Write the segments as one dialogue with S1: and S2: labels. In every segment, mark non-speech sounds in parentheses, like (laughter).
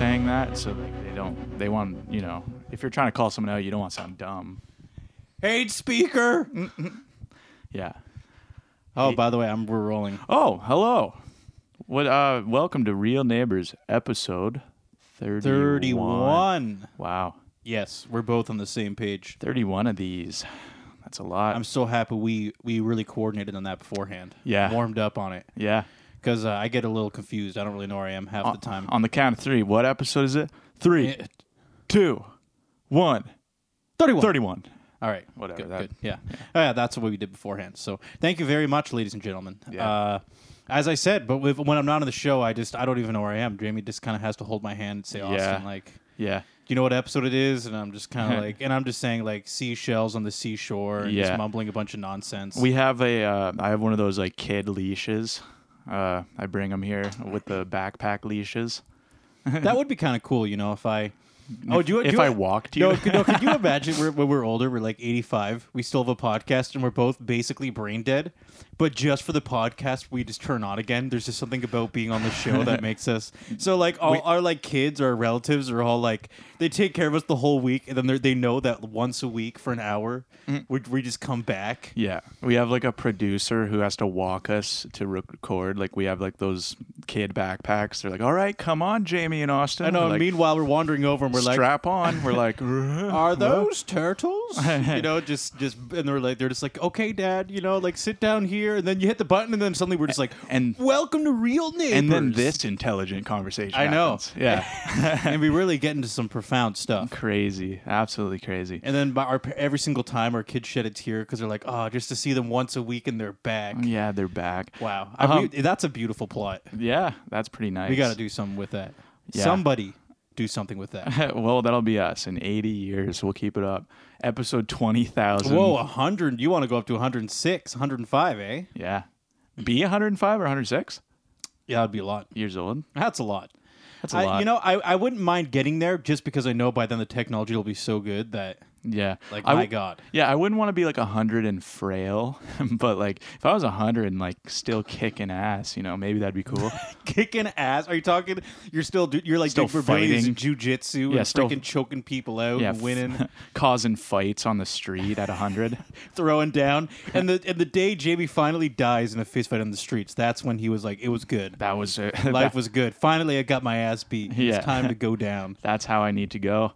S1: so like they don't they want you know if you're trying to call someone out, you don't want to sound dumb.
S2: Hate speaker. Mm.
S1: Yeah.
S2: Oh, by the way, I'm we're rolling.
S1: Oh, hello. What? Uh, welcome to Real Neighbors, episode thirty-one.
S2: Thirty-one.
S1: Wow,
S2: Yes, we're both on the same page.
S1: thirty-one of these. That's a lot.
S2: I'm so happy we we really coordinated on that beforehand.
S1: Yeah.
S2: warmed up on it
S1: yeah.
S2: because uh, I get a little confused. I don't really know where I am
S1: Uh,
S2: half the time.
S1: On the count of three. What episode is it? Three,
S2: Yeah.
S1: two, one.
S2: Thirty-one.
S1: Thirty-one.
S2: All right.
S1: Whatever,
S2: Good,
S1: that-
S2: good. Yeah. Oh, yeah. That's what we did beforehand. So thank you very much, ladies and gentlemen.
S1: Yeah.
S2: Uh, as I said, but with, when I'm not on the show, I just I don't even know where I am. Jamie just kind of has to hold my hand and say, "Austin,
S1: Yeah.
S2: like, do
S1: Yeah.
S2: you know what episode it is?" And I'm
S1: (laughs)
S2: just kind of like, and I'm just saying like seashells on the seashore and
S1: Yeah.
S2: just mumbling a bunch of nonsense.
S1: We have a. Uh, I have one of those like kid leashes. Uh, I bring them here with the backpack leashes.
S2: that would be kind of cool, you know, if I. Oh, do you,
S1: if
S2: do you-
S1: I walked you.
S2: No, could,
S1: (laughs)
S2: no, could you imagine we're, when we're older, we're like 85, we still have a podcast and we're both basically brain dead, but just for the podcast, we just turn on again. There's just something about being on the show
S1: (laughs)
S2: that makes us. So like all our like kids or our relatives are all like, they take care of us the whole week and then they're- they know that once a week for an hour,
S1: Mm.
S2: we, we just come back.
S1: Yeah, we have like a producer who has to walk us to record. Like we have like those kid backpacks. They're like, "All right, come on, Jamie and Austin."
S2: I know.
S1: We're
S2: and
S1: like,
S2: meanwhile, we're wandering over and we're like,
S1: strap on. We're
S2: (laughs)
S1: like,
S2: are those turtles?
S1: (laughs)
S2: you know, just just and they're like they're just like, okay, Dad, you know, like sit down here, and then you hit the button, and then suddenly we're just like,
S1: and-
S2: welcome to real neighbors,
S1: and then this intelligent conversation.
S2: I know.
S1: happens. Yeah,
S2: (laughs)
S1: (laughs)
S2: and we really get into some profound stuff.
S1: crazy, absolutely crazy.
S2: And then by our pa- every single time, our kids shed a tear because they're like, oh, just to see them once a week and they're back.
S1: Yeah, they're back.
S2: Wow, I
S1: Mm. Um,
S2: mean, that's a beautiful plot.
S1: Yeah, that's pretty nice.
S2: We got to do something with that.
S1: Yeah.
S2: Somebody do something with
S1: (laughs)
S2: that.
S1: well, that'll be us in 80 years. We'll keep it up. Episode 20,000.
S2: Whoa, 100. You want to go up to 106, 105, eh?
S1: Yeah. Be 105 or 106
S2: Yeah, that'd be a lot.
S1: years old.
S2: That's a lot.
S1: That's a
S2: I,
S1: lot.
S2: you know, I, I wouldn't mind getting there just because I know by then the technology will be so good that
S1: Yeah.
S2: like
S1: I
S2: my
S1: w-
S2: god. (laughs)
S1: Yeah, I wouldn't want to be like a hundred and frail, (laughs) but like if I was a hundred and like still kicking ass, you know, maybe that'd be
S2: (laughs)
S1: cool.
S2: Kicking ass. Are you talking? You're still do- you're like
S1: Still
S2: still
S1: fighting.
S2: fighting jujitsu
S1: Yeah,
S2: and
S1: still-
S2: freaking choking people out
S1: Yeah,
S2: and winning,
S1: (laughs) causing fights on the street at a
S2: (laughs)
S1: hundred.
S2: throwing down. And the and the day Jamie finally dies in a fist fight on the streets, that's when he was like, it was
S1: (laughs)
S2: good.
S1: That was it.
S2: Life was good. Finally, I got my ass beat.
S1: Yeah.
S2: It's time to
S1: (laughs)
S2: go down.
S1: That's how I need to go.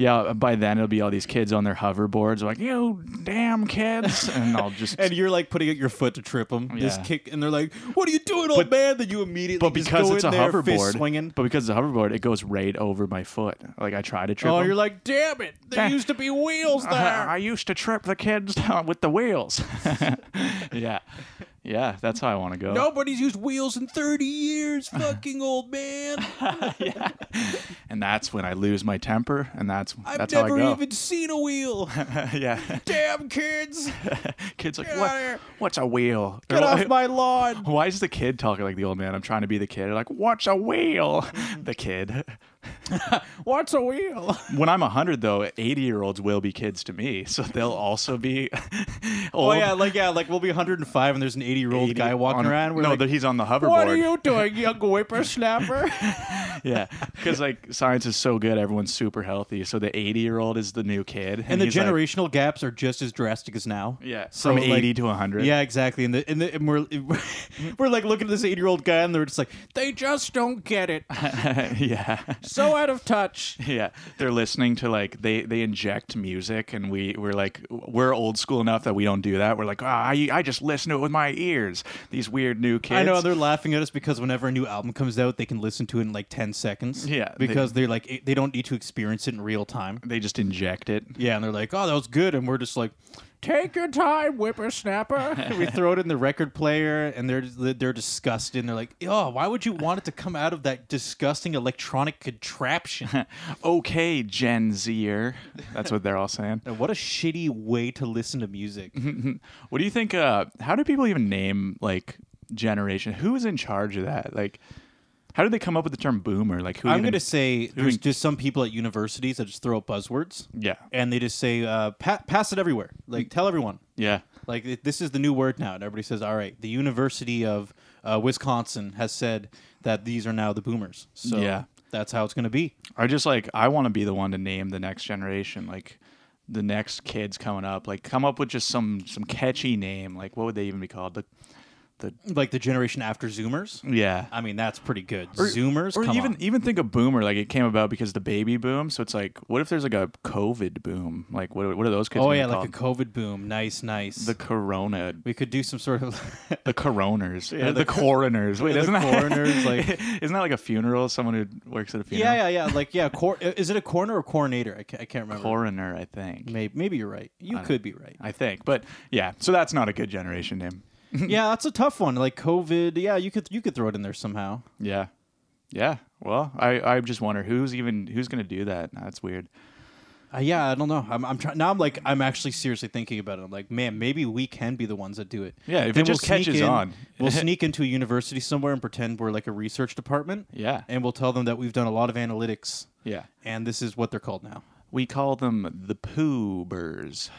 S1: Yeah, uh, by then it'll be all these kids on their hoverboards, like you damn kids, (laughs) and I'll just.
S2: (laughs) And you're like putting out your foot to trip them. Just
S1: Yeah.
S2: kick, and they're like, "What are you doing, old man?" Then you immediately
S1: but
S2: just
S1: because
S2: go
S1: it's a
S2: in there, fist
S1: hoverboard,
S2: swinging.
S1: but because it's a hoverboard, it goes right over my foot. Like I try to trip.
S2: Oh,
S1: them. (laughs)
S2: you're like, "Ah!" damn it! There
S1: Damn.
S2: used to be wheels
S1: Uh-huh. I
S2: there.
S1: used to trip the kids (laughs) with the wheels. (laughs) yeah, yeah, that's how I want to go.
S2: Nobody's used wheels in
S1: (sighs)
S2: 30 years, fucking old man.
S1: and that's when I lose my temper, and that's
S2: I've
S1: that's
S2: never
S1: how I go.
S2: even seen a wheel.
S1: (laughs) yeah, (laughs)
S2: damn kids,
S1: kids like
S2: Get outta
S1: what?
S2: here.
S1: What's a wheel?
S2: get
S1: They're
S2: off
S1: like-
S2: my
S1: (laughs)
S2: lawn.
S1: Why is the kid talking like the old man? I'm trying to be the kid. They're like, what's a wheel?
S2: Mm-hmm.
S1: (laughs) The kid.
S2: What's a wheel?
S1: When I'm 100, though, 80 year olds will be kids to me. (laughs) So they'll also be (laughs)
S2: Oh
S1: old.
S2: yeah, like yeah, like we'll be 105 and there's an 80 year old
S1: 80
S2: guy walking
S1: on-
S2: around. We're
S1: no,
S2: like,
S1: that he's on the hoverboard.
S2: (laughs) what are you doing, young whippersnapper?
S1: (laughs) Yeah, because like science is so good, everyone's super healthy. So the eighty-year-old is the new kid,
S2: (laughs) and the
S1: he's like-
S2: generational gaps are just as drastic as now.
S1: yeah,
S2: So,
S1: from
S2: like-
S1: eighty to hundred.
S2: Yeah, exactly. And, the, and, the, and we're (laughs) we're like looking at this 80 year old guy and they're just like, they just don't get it.
S1: (laughs) yeah,
S2: So out of touch.
S1: yeah. They're listening to like they they inject music, and we we're like we're old school enough that we don't do that. We're like, ah, I I just listen to it with my ears. These weird new kids.
S2: I know they're laughing at us because whenever a new album comes out, they can listen to it in like ten seconds.
S1: Yeah, they-
S2: because they, are like it- they don't need to experience it in real time.
S1: they just inject it. (laughs)
S2: Yeah, and they're like, "Oh, that was good," and we're just like, "Take your time,
S1: (laughs)
S2: whippersnapper." (laughs) And we throw it in the record player, and they're they're disgusted. And they're like, "Oh, why would you want it to come out of that disgusting electronic
S1: (laughs)
S2: contraption?"
S1: Okay, Gen Zer. That's what they're all saying.
S2: And what a shitty way to listen to music.
S1: Mm-hmm. What do you think? Uh, how do people even name like generation? Who is in charge of that? Like, how did they come up with the term boomer? Like, who?
S2: I'm
S1: even-
S2: gonna say there's
S1: even-
S2: just some people at universities that just throw up buzzwords.
S1: Yeah.
S2: And they just say, uh, pa- pass it everywhere. Like, tell everyone.
S1: Yeah.
S2: Like th- this is the new word now, and everybody says, "All right, the University of uh, Wisconsin has said that these are now the boomers." So
S1: Yeah.
S2: that's how it's going to be.
S1: I just like I want to be the one to name the next generation, like the next kids coming up. Like come up with just some some catchy name. Like what would they even be called? The the
S2: Like the generation after Zoomers.
S1: yeah.
S2: I mean, that's pretty good. Zoomers,
S1: or
S2: come
S1: even
S2: on.
S1: even think of boomer like it came about because the baby boom. So it's like, what if there's like a COVID boom? Like what what are those kids?
S2: Oh
S1: gonna be
S2: yeah, like
S1: called?
S2: a COVID boom. Nice, nice.
S1: the corona,
S2: we could do some sort of (laughs)
S1: the coroners,
S2: Yeah,
S1: the,
S2: the co-
S1: coroners. Wait,
S2: the
S1: isn't that (laughs)
S2: coroners, like-
S1: isn't that like a funeral? Someone who works at a funeral.
S2: yeah, yeah, yeah. Like yeah, cor- is it a coroner or coronator? I can't, I can't remember.
S1: Coroner, I think.
S2: maybe, maybe you're right. You could be right.
S1: I think, but yeah. So that's not a good generation name.
S2: yeah, that's a tough one. Like COVID. Yeah, you could you could throw it in there somehow.
S1: Yeah. Yeah. Well, I, I just wonder who's even who's gonna do that. That's weird.
S2: Uh, yeah, I don't know. I'm, I'm trying now. I'm like, I'm actually seriously thinking about it. I'm like, man, maybe we can be the ones that do it.
S1: Yeah, if
S2: Then
S1: it just
S2: sneak
S1: catches
S2: in-
S1: on. (laughs)
S2: we'll sneak into a university somewhere and pretend we're like a research department.
S1: Yeah.
S2: and we'll tell them that we've done a lot of analytics,
S1: Yeah.
S2: and this is what they're called now.
S1: We call them the poobers.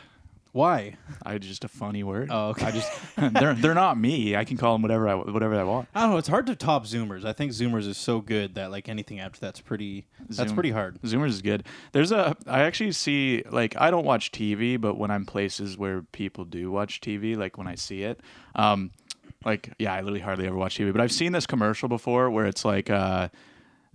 S2: Why?
S1: I just a funny word.
S2: Oh, okay.
S1: I just (laughs) they're they're not me. I can call them whatever I whatever I want.
S2: I don't know. It's hard to top Zoomers. I think Zoomers is so good that like anything after that's pretty. That's
S1: Zoom-
S2: pretty hard.
S1: Zoomers is good. There's a I actually see like I don't watch TV, but when I'm places where people do watch TV, like when I see it, um, like yeah, I literally hardly ever watch TV, but I've seen this commercial before where it's like uh,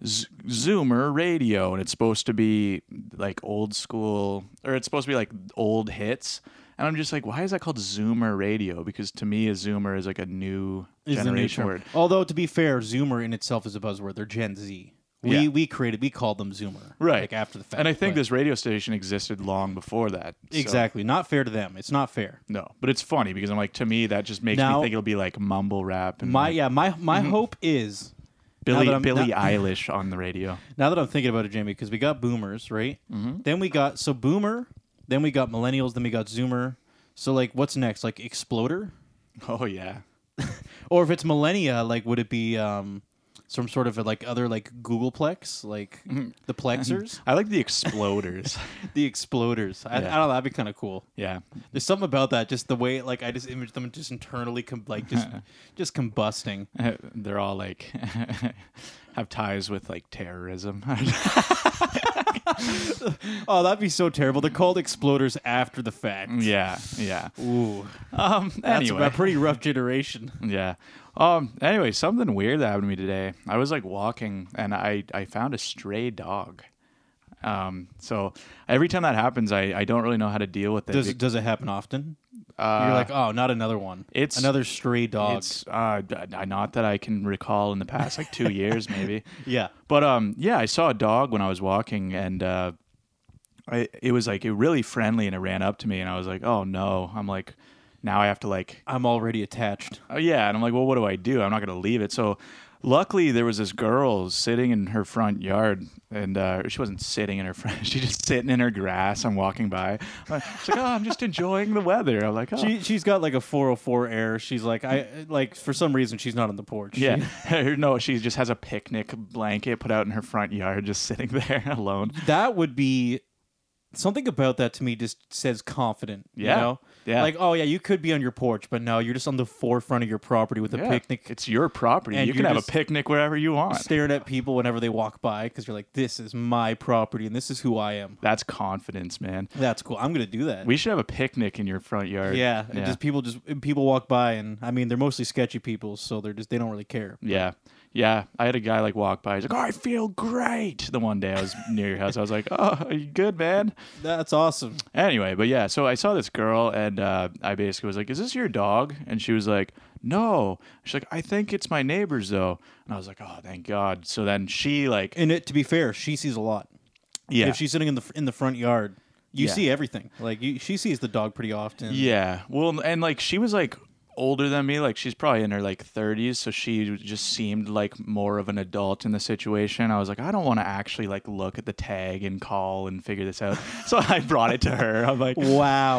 S1: Z- Zoomer radio, and it's supposed to be like old school, or it's supposed to be like old hits. And I'm just like, why is that called Zoomer radio? Because to me, a Zoomer is like a new
S2: Is the new
S1: generation
S2: term.
S1: word.
S2: Although to be fair, Zoomer in itself is a buzzword. They're Gen Z. We
S1: Yeah.
S2: we created. We called them Zoomer.
S1: Right.
S2: Like after the fact.
S1: And I think
S2: but-
S1: this radio station existed long before that. so-
S2: exactly not fair to them. It's not fair.
S1: No, but it's funny because I'm like, to me, that just makes
S2: Now-
S1: me think it'll be like mumble rap and
S2: My
S1: like
S2: yeah, my my hope is
S1: Billy
S2: now that I'm-
S1: Billie
S2: now-
S1: Eilish on the
S2: (laughs)
S1: radio.
S2: now that I'm thinking about it, Jamie, because we got boomers, right? Mm-hmm. Then we got so boomer, then we got millennials, then we got zoomer. So like, what's next? Like exploder,
S1: Oh yeah,
S2: or if it's millennia, like would it be um some sort of like other like Googleplex, like the plexers,
S1: I like the Exploders.
S2: Mm-hmm. (laughs)
S1: (laughs)
S2: the exploders? I, I
S1: Yeah.
S2: don't know. That'd be kind of cool.
S1: yeah, (laughs)
S2: There's something about that, just the way like I just image them just internally com- like (laughs) just just combusting.
S1: they're all like (laughs) have ties with like terrorism. (laughs)
S2: Oh, that'd be so terrible. They're called exploders after the fact.
S1: yeah, Mm, yeah.
S2: Ooh.
S1: Um,
S2: (laughs) That's
S1: anyway,
S2: a pretty rough generation.
S1: yeah. Um, anyway, something weird that happened to me today. I was like walking and I I found a stray dog. Um, so every time that happens, I, I don't really know how to deal with it.
S2: Does
S1: be-
S2: does it happen often?
S1: Uh,
S2: You're like, oh, not another one.
S1: it's-
S2: another stray dog.
S1: It's uh, d- d- not that I can recall in the past like two years maybe,
S2: yeah,
S1: but um, yeah, I saw a dog when I was walking, and uh, I it was like it really friendly, and it ran up to me, and I was like, oh no, I'm like, now I have to like
S2: I'm already attached.
S1: oh yeah and i'm like well what do i do i'm not going to leave it so luckily there was this girl sitting in her front yard and uh, she wasn't sitting in her front (laughs) she just sitting in her grass i'm walking by I'm like, she's like oh i'm just enjoying the weather i'm like oh
S2: She she's got like a 404 error. She's like, I like for some reason she's not on the porch.
S1: yeah
S2: She-
S1: (laughs) no she just has a picnic blanket put out in her front yard just sitting (laughs) there alone
S2: that would be something about that to me. Just says confident.
S1: Yeah.
S2: you know?
S1: Yeah.
S2: Like, oh yeah, you could be on your porch, but no, you're just on the forefront of your property with a
S1: Yeah,
S2: picnic,
S1: it's your property
S2: And
S1: you can
S2: you're
S1: have
S2: just-
S1: a picnic wherever you want
S2: staring at people whenever they walk by because you're like, this is my property and this is who I am.
S1: that's confidence man
S2: That's cool. I'm gonna do that.
S1: we should have a picnic in your front yard
S2: Yeah, and just people just and people walk by, and I mean they're mostly sketchy people, so they're just they don't really care.
S1: Yeah. Yeah. I had a guy like walk by. He's like, oh, I feel great. The one day I was near your house, I was like, oh, are you good, man?
S2: That's awesome.
S1: Anyway, but yeah. So I saw this girl and uh, I basically was like, is this your dog? And she was like, no. She's like, I think it's my neighbor's though. And I was like, oh, thank God. So then she, like,
S2: And it to be fair, she sees a lot.
S1: yeah.
S2: If she's sitting in the in the front yard, you
S1: Yeah.
S2: see everything. Like you, she sees the dog pretty often.
S1: Yeah. Well, and like she was like older than me. Like she's probably in her like 30s, so she just seemed like more of an adult in the situation. I was like, I don't want to actually like look at the tag and call and figure this out. (laughs) so I brought it to her. I'm like,
S2: Wow.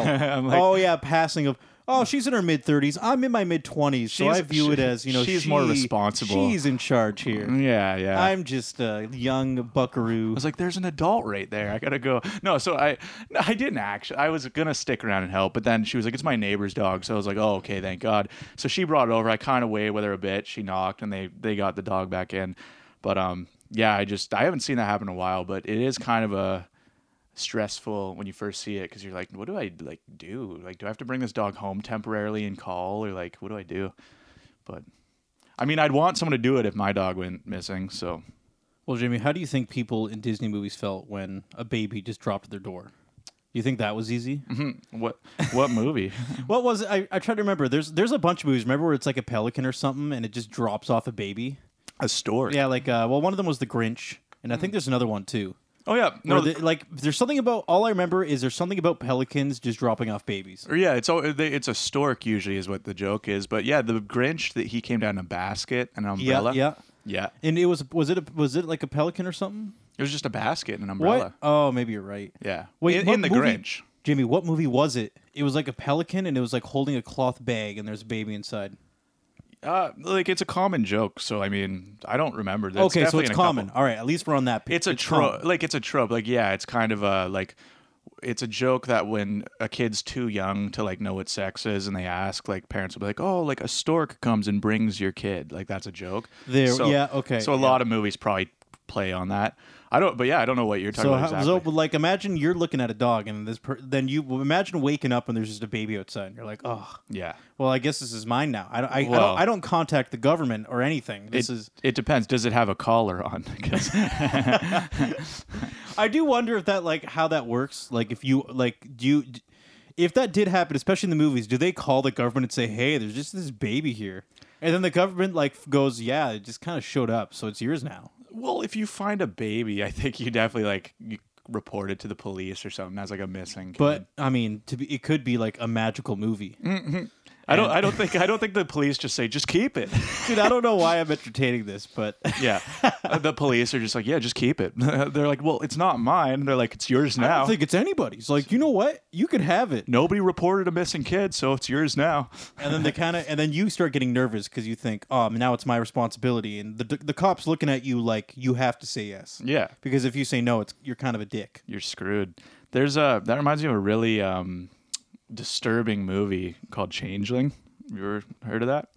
S1: (laughs) I'm like-
S2: oh yeah, passing of. Oh, she's in her mid thirties. I'm in my mid twenties, so
S1: She's-
S2: I view
S1: she-
S2: it as you know
S1: she's
S2: she-
S1: more responsible. Mm-hmm.
S2: She's in charge here.
S1: yeah, yeah.
S2: I'm just a young buckaroo.
S1: I was like, "There's an adult right there. I gotta go." No, so I, no, I didn't actually. I was gonna stick around and help, but then she was like, "It's my neighbor's dog," so I was like, "Oh, okay, thank God." So she brought it over. I kind of waited with her a bit. She knocked, and they they got the dog back in. But um, yeah, I just I haven't seen that happen in a while, but it is kind of a stressful when you first see it because you're like, what do I like do? Like, do I have to bring this dog home temporarily and call, or like, what do I do? But I mean, I'd want someone to do it if my dog went missing. So (laughs)
S2: Well, Jamie, how do you think people in Disney movies felt when a baby just dropped at their door? You think that was easy?
S1: Mm-hmm. what what movie? (laughs)
S2: What was it? I, I try to remember. There's there's a bunch of movies. Remember where it's like a pelican or something, and it just drops off a baby.
S1: a story.
S2: Yeah, like uh, well, one of them was The Grinch, and I think there's another one too.
S1: Oh yeah.
S2: No,
S1: Mm. No. th-
S2: like there's something about all I remember is there's something about pelicans just dropping off babies.
S1: or yeah, it's all, they, it's a stork usually is what the joke is, but yeah, the Grinch that he came down in a basket and an
S2: Yeah,
S1: umbrella.
S2: yeah.
S1: yeah.
S2: And it was was it a, was it like a pelican or something?
S1: It was just a basket and an
S2: What?
S1: umbrella.
S2: Oh, maybe you're right.
S1: Yeah.
S2: Wait,
S1: in,
S2: what
S1: in the
S2: movie-
S1: Grinch.
S2: Jimmy, what movie was it? It was like a pelican, and it was like holding a cloth bag, and there's a baby inside.
S1: Uh, like it's a common joke, so I mean, I don't remember. That's
S2: Okay, so
S1: definitely
S2: it's
S1: in a couple.
S2: common. All right, at least we're on that. page.
S1: It's a
S2: common.
S1: trope. Like it's a trope. Like yeah, it's kind of a like it's a joke that when a kid's too young to like know what sex is and they ask like parents will be like oh like a stork comes and brings your kid like that's a joke
S2: There-
S1: So-
S2: yeah, okay,
S1: so a
S2: yeah.
S1: lot of movies probably play on that i don't but yeah i don't know what you're talking
S2: So,
S1: about
S2: how,
S1: exactly.
S2: so, like, imagine you're looking at a dog, and this per- then you well, imagine waking up and there's just a baby outside, and you're like, oh,
S1: yeah
S2: well, I guess this is mine now. I don't, I, I,
S1: Well-
S2: don't, I don't contact the government or anything. This
S1: it,
S2: is.
S1: it depends does it have a collar on (laughs) 'Cause-
S2: I do wonder if that like how that works. Like, if you like, do you, d- if that did happen, especially in the movies, do they call the government and say, hey, there's just this baby here, and then the government like f- goes, yeah, it just kind of showed up, so it's yours now.
S1: Well, if you find a baby, I think you definitely like you report it to the police or something as like a missing. Kid.
S2: But I mean, to be, it could be like a magical movie.
S1: I don't, I don't think, I don't think the police just say just keep it. (laughs)
S2: Dude, I don't know why I'm entertaining this, but (laughs)
S1: Yeah, Uh, the police are just like, yeah, just keep it. (laughs) They're like, well, it's not mine. They're like, it's yours
S2: I
S1: now.
S2: don't think it's anybody's. Like, you know what? You could have it.
S1: Nobody reported a missing kid, so it's yours now.
S2: And then they kind of, and then you start getting nervous because you think, oh, now it's my responsibility. And the the cops looking at you like you have to say yes.
S1: Yeah,
S2: Because if you say no, it's you're kind of a dick.
S1: you're screwed. There's a that reminds me of a really um, disturbing movie called Changeling. You ever heard of that?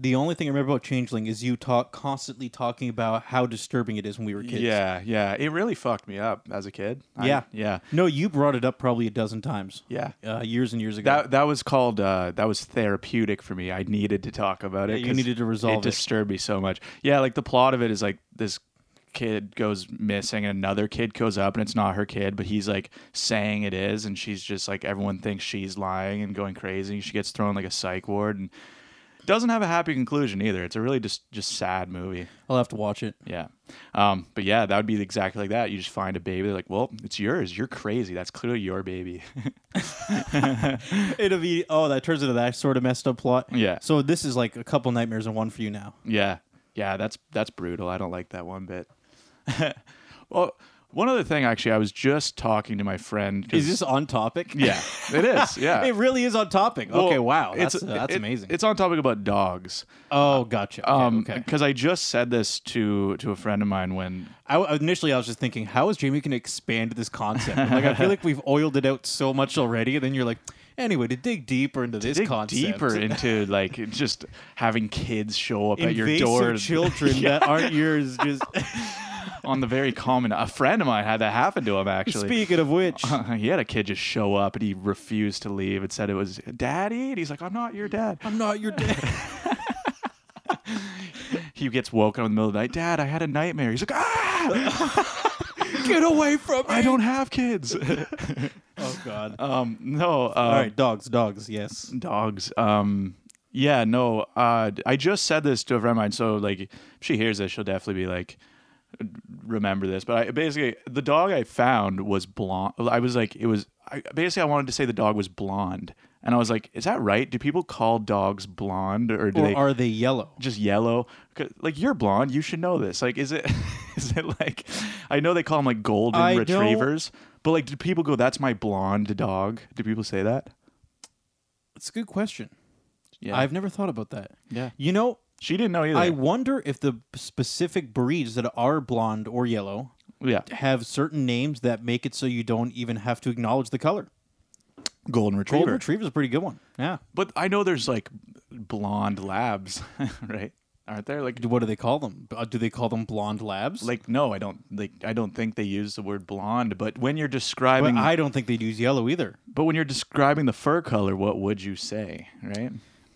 S2: The only thing I remember about Changeling is you talk constantly talking about how disturbing it is when we were kids.
S1: Yeah, yeah. It really fucked me up as a kid. I-
S2: Yeah.
S1: yeah,
S2: No, you brought it up probably a dozen times.
S1: yeah.
S2: Uh, years and years ago.
S1: That that was called uh, that was therapeutic for me. I needed to talk about it.
S2: you
S1: 'cause
S2: needed to resolve it.
S1: It disturbed me so much. Yeah, like the plot of it is like this kid goes missing and another kid goes up and it's not her kid but he's like saying it is and she's just like everyone thinks she's lying and going crazy she gets thrown like a psych ward and doesn't have a happy conclusion either it's a really just just sad movie
S2: I'll have to watch it. (laughs)
S1: yeah um but yeah that would be exactly like that you just find a baby they're like well it's yours you're crazy that's clearly your baby
S2: It'll be oh, that turns into that sort of messed up plot.
S1: Yeah.
S2: So this is like a couple nightmares in one for you now.
S1: Yeah. Yeah, that's that's brutal. I don't like that one bit. (laughs) well, one other thing actually, I was just talking to my friend 'cause-
S2: Is this on
S1: (laughs)
S2: topic?
S1: Yeah. It
S2: (laughs)
S1: is. Yeah.
S2: It really is on topic.
S1: Well,
S2: okay, wow,
S1: it's-
S2: that's that's
S1: it-
S2: amazing.
S1: It's on topic about dogs.
S2: oh, gotcha. Okay,
S1: Um
S2: okay.
S1: cuz I just said this to to a friend of mine when
S2: I, initially, I was just thinking, how is Jamie going to expand this concept? I'm like, I
S1: (laughs)
S2: feel like we've oiled it out so much already, and then you're like, anyway, to dig deeper into this
S1: dig
S2: concept,
S1: deeper into like just having kids show up
S2: invasive
S1: at your door (laughs)
S2: children that aren't yours. Just
S1: on the very common a friend of mine had that happen to him
S2: (laughs)
S1: actually.
S2: speaking
S1: (laughs)
S2: of which,
S1: He had a kid just show up and he refused to leave and said it was daddy and he's like I'm not your dad.
S2: I'm not your dad.
S1: he gets woken up in the middle of the night. Dad, I had a nightmare. He's like, ah,
S2: Get away from me!
S1: I don't have kids. (laughs)
S2: Oh God!
S1: um, no. Uh,
S2: All right, dogs, dogs. Yes.
S1: Dogs. Um, yeah, no. Uh, I just said this to a friend of mine. So, like, if she hears this, she'll definitely be like, remember this. But I basically, the dog I found was blonde. I was like, it was, I, basically, I wanted to say the dog was blonde. And I was like, is that right? Do people call dogs blonde or do
S2: Or
S1: they
S2: are they yellow?
S1: just yellow 'Cause, like you're blonde you should know this like is it (laughs) is it like i know they call them like golden
S2: I don't-
S1: retrievers but like do people go that's my blonde dog do people say that
S2: It's a good question.
S1: yeah
S2: I've never thought about that.
S1: Yeah.
S2: You know,
S1: she didn't know either
S2: I wonder if the specific breeds that are blonde or yellow
S1: yeah
S2: have certain names that make it so you don't even have to acknowledge the color.
S1: golden retriever
S2: Golden retriever is a pretty good one. Yeah.
S1: but i know there's like blonde labs (laughs) right aren't there? Like,
S2: What do they call them? Uh, do they call them blonde labs?
S1: like no, I don't. Like, I don't think they use the word blonde. But when you're
S2: but
S1: describing,
S2: I don't think they'd use yellow either.
S1: but when you're describing the fur color, what would you say? Right?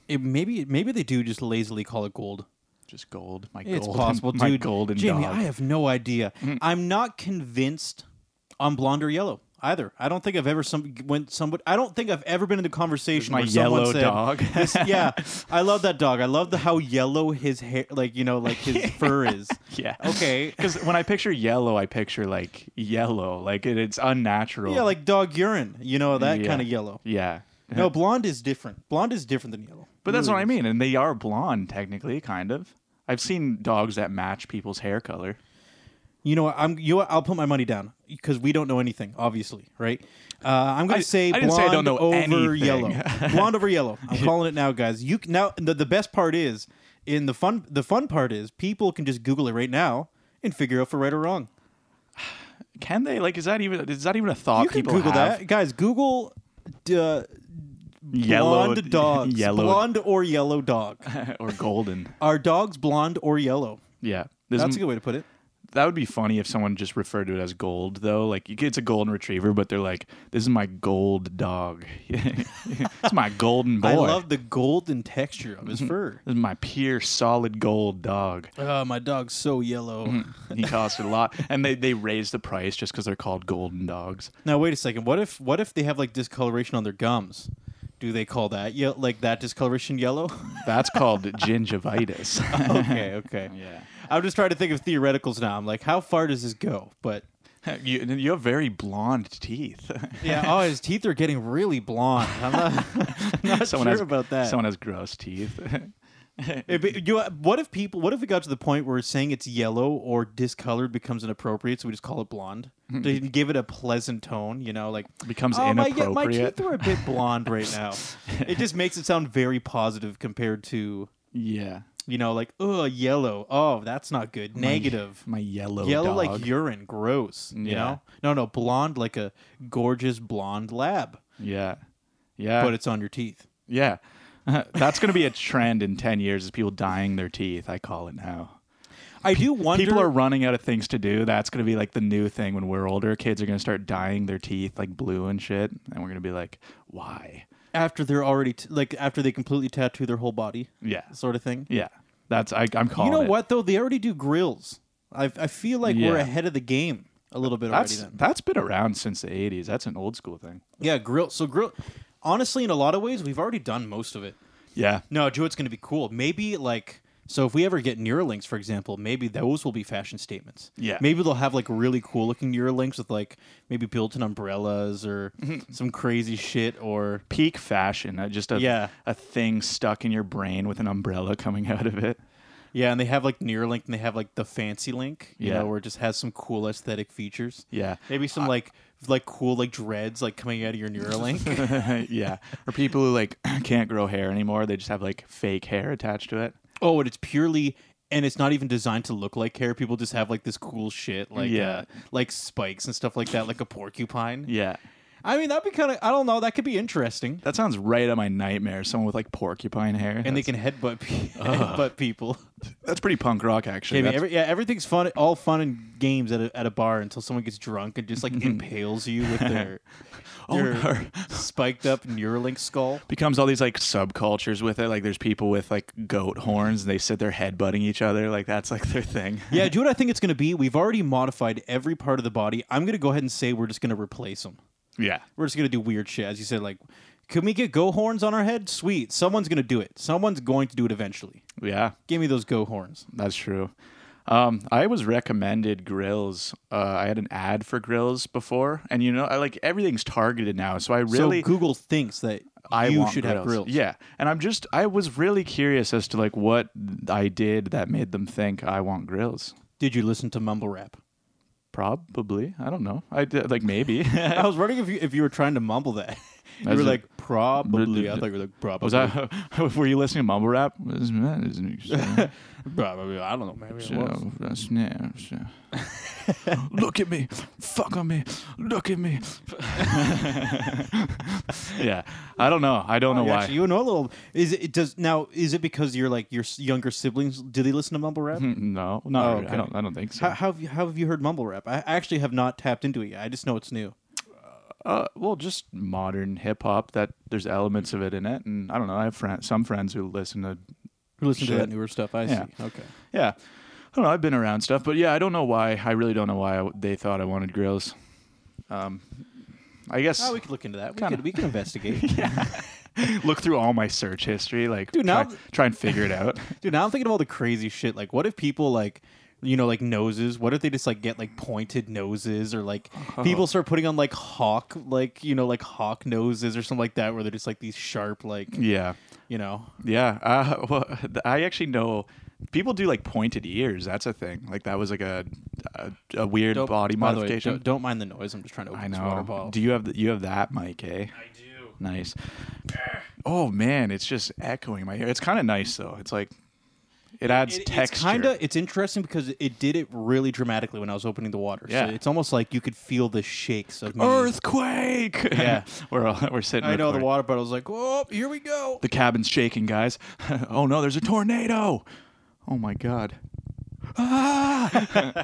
S2: It, maybe maybe they do just lazily call it gold.
S1: Just gold. My
S2: It's
S1: gold.
S2: possible,
S1: my
S2: dude.
S1: golden
S2: Jamie,
S1: dog.
S2: I have no idea. I'm not convinced on blonde or yellow either. I don't think I've ever some when somebody. I don't think I've ever been in a conversation
S1: my
S2: where someone
S1: yellow
S2: said,
S1: dog.
S2: this-
S1: (laughs)
S2: yeah, I love that dog. I love the how yellow his hair, like you know, like
S1: (laughs)
S2: his fur is.
S1: yeah. (laughs)
S2: Okay.
S1: Because when I picture yellow, I picture like yellow, like it, it's unnatural.
S2: Yeah, like dog urine. You know that
S1: Yeah.
S2: kind of yellow.
S1: yeah.
S2: No, blonde is different. Blonde is different than yellow.
S1: But that's what I mean, and they are blonde technically, kind of. I've seen dogs that match people's hair color.
S2: You know, what, I'm you. know what, I'll put my money down because we don't know anything, obviously, right? Uh, I'm going
S1: I-
S2: to say
S1: I
S2: blonde
S1: didn't say I don't know
S2: over
S1: anything. (laughs)
S2: yellow. blonde over yellow. I'm calling it now, guys. You can- now the, the best part is in the fun. The fun part is people can just Google it right now and figure out for right or wrong.
S1: Can they? Like, is that even is that even a thought
S2: you can
S1: people
S2: Google
S1: have?
S2: that, guys. Google uh,
S1: Yellow (laughs)
S2: blonde dogs,
S1: yellow,
S2: blonde or yellow dog.
S1: (laughs) or golden.
S2: Are dogs blonde or yellow?
S1: Yeah, There's
S2: That's a
S1: m-
S2: good way to put it.
S1: that would be funny if someone just referred to it as gold, though. Like, you- it's a golden retriever, but they're like, "This is my gold dog. (laughs) it's my golden boy. Mm-hmm.
S2: I love the golden texture of his fur.
S1: this is my pure solid gold dog."
S2: Oh, my dog's so yellow.
S1: (laughs) He costs a lot, and they they raise the price just because they're called golden dogs.
S2: Now wait a second. What if what if they have like discoloration on their gums? Do they call that yeah like that discoloration yellow? (laughs)
S1: That's called gingivitis. (laughs)
S2: okay, okay.
S1: Yeah.
S2: I'm just trying to think of theoreticals now. I'm like, how far does this go?
S1: (laughs)
S2: But
S1: you, you have very blonde teeth.
S2: yeah, oh, his teeth are getting
S1: (laughs)
S2: really blonde. I'm not, (laughs) not sure
S1: has,
S2: about that.
S1: Someone has gross teeth. (laughs)
S2: It'd be- you know, what if people? What if we got to the point where saying it's yellow or discolored becomes inappropriate, so we just call
S1: (laughs)
S2: it blonde? They can give it a pleasant tone, you know, like
S1: Becomes
S2: "Oh, my- yeah, My,
S1: inappropriate."
S2: teeth are a bit blonde right
S1: (laughs)
S2: now. it just makes it sound very positive compared to
S1: yeah.
S2: you know, like oh yellow. Oh, that's not good. Negative.
S1: My (laughs) yellow,
S2: yellow
S1: dog.
S2: like urine. Gross. You
S1: Yeah.
S2: know? No, no. Blonde like a gorgeous blonde lab,
S1: yeah. Yeah.
S2: but it's on your teeth.
S1: yeah. (laughs) That's going to be a trend in 10 years is people dyeing their teeth. I call it now.
S2: I do wonder.
S1: People are running out of things to do. That's going to be like the new thing when we're older. Kids are going to start dyeing their teeth like blue and shit. And we're going to be like, why?
S2: after they're already t- like after they completely tattoo their whole body
S1: Yeah.
S2: sort of thing
S1: Yeah. That's, I, I'm
S2: you
S1: calling
S2: know
S1: it.
S2: what though they already do grills i, I feel like we're
S1: Yeah.
S2: ahead of the game a little bit
S1: That's,
S2: already then
S1: that's been around since the 80s. That's an old school thing.
S2: yeah grill so grill honestly in a lot of ways we've already done most of it
S1: Yeah.
S2: no joe it's going to be cool maybe like so if we ever get Neuralinks, for example, maybe those will be fashion statements.
S1: Yeah.
S2: Maybe they'll have like really cool looking Neuralinks with like maybe built-in
S1: (laughs)
S2: umbrellas or some crazy shit or
S1: peak fashion, uh, just a
S2: Yeah.
S1: a thing stuck in your brain with an umbrella coming (laughs) out of it.
S2: Yeah, and they have like near link and they have like the fancy link, you
S1: Yeah.
S2: know, where it just has some cool aesthetic features.
S1: Yeah. (laughs)
S2: Maybe some like like cool like dreads like coming out of your Neuralink.
S1: yeah, or people who like (clears throat) can't grow hair anymore, they just have like fake hair attached to it.
S2: (laughs) oh, and it's purely and it's not even designed to look like hair. People just have like this cool shit like
S1: Yeah.
S2: uh, like spikes and stuff like that like a porcupine.
S1: Yeah,
S2: I mean, that'd be kind of I don't know, that could be interesting.
S1: that sounds right on my nightmare. Someone with like porcupine hair,
S2: And they
S1: That's-
S2: can headbutt,
S1: (laughs)
S2: pe- headbutt people.
S1: that's pretty punk rock actually.
S2: Jamie,
S1: That's-
S2: every, yeah, everything's fun, all fun and games at a, at a bar until someone gets drunk
S1: (laughs)
S2: and just like impales you with their,
S1: Oh,
S2: their
S1: no.
S2: spiked up Neuralink skull.
S1: (laughs) becomes all these like subcultures with it. Like there's people with like goat horns, and they sit there headbutting each other. Like that's like their thing. (laughs)
S2: Yeah, do you know what I think it's going to be? We've already modified every part of the body. I'm going to go ahead and say we're just going to replace them.
S1: Yeah,
S2: We're just going to do weird shit, as you said. Like, can we get go horns on our head? Sweet, someone's going to do it. Someone's going to do it eventually.
S1: yeah.
S2: Give me those go horns.
S1: That's true. Um, I was recommended grills. Uh, I had an ad for grills before, and you know, I like everything's targeted now. So I really,
S2: so Google thinks that
S1: I
S2: you
S1: want
S2: should have grills.
S1: Yeah, and I'm just, I was really curious as to like what I did that made them think I want grills.
S2: Did you listen to mumble rap? (laughs)
S1: Probably, I don't know. I did, like maybe. (laughs)
S2: I was wondering if you if you were trying to mumble that. (laughs) you were
S1: a-
S2: like, probably. I thought you were like, probably.
S1: Was that? (laughs) Were you listening to mumble rap? (laughs) This man is an extreme-
S2: probably? I don't know. Maybe it was.
S1: so, that's- yeah, so. (laughs) Look at me, fuck on me. Look at me. (laughs) yeah, I don't know. I don't know
S2: Yeah,
S1: why.
S2: Actually, Oh, you know a little. Is it, it does now? Is it because you're like your s- younger siblings? Do they listen to mumble rap?
S1: Mm-hmm. Mm, no, no,
S2: Oh,
S1: I
S2: okay.
S1: don't. I don't think so.
S2: How, how have you how have you heard mumble rap? I I actually have not tapped into it yet. I just know it's new.
S1: Uh, well, just modern hip hop. That there's elements of it in it, and I don't know. I have friends, some friends who listen to.
S2: Who listen to
S1: Shit.
S2: that newer stuff? I
S1: Yeah.
S2: see. Okay.
S1: Yeah, I don't know. I've been around stuff, but yeah, I don't know why. I really don't know why I, they thought I wanted grills. Um, I guess
S2: Oh, we could look into that. We
S1: Kinda.
S2: could we
S1: (laughs)
S2: could investigate.
S1: look through all my search history, like
S2: Dude,
S1: try,
S2: now-
S1: try and figure it out. (laughs)
S2: Dude, now I'm thinking of all the crazy shit. Like, what if people like, you know, like noses? What if they just like get like pointed noses or like people start putting on like hawk, like you know, like hawk noses or something like that, where they're just like these sharp, like
S1: yeah,
S2: you know.
S1: yeah. Uh, (laughs) well, th- I actually know people do like pointed ears. That's a thing. Like that was like a a, a weird body
S2: by the way,
S1: modification.
S2: don't, don't mind the noise. I'm just trying to open
S1: I
S2: this water
S1: know.
S2: bottle.
S1: Do you have the, you have that mic, eh?
S2: I do.
S1: Nice. Oh man, it's just echoing in my ear. It's kind of nice though. It's like it adds
S2: It-
S1: texture.
S2: It's kind of it's interesting because it did it really dramatically when I was opening the water.
S1: Yeah.
S2: So it's almost like you could feel the shakes of
S1: (laughs)
S2: me.
S1: earthquake. (laughs)
S2: Yeah.
S1: we're all, we're sitting.
S2: I know the
S1: recording.
S2: water bottle's like, oh, here we go.
S1: The cabin's shaking, guys. (laughs) oh no, there's a tornado. Oh my god.
S2: (laughs)
S1: Ah!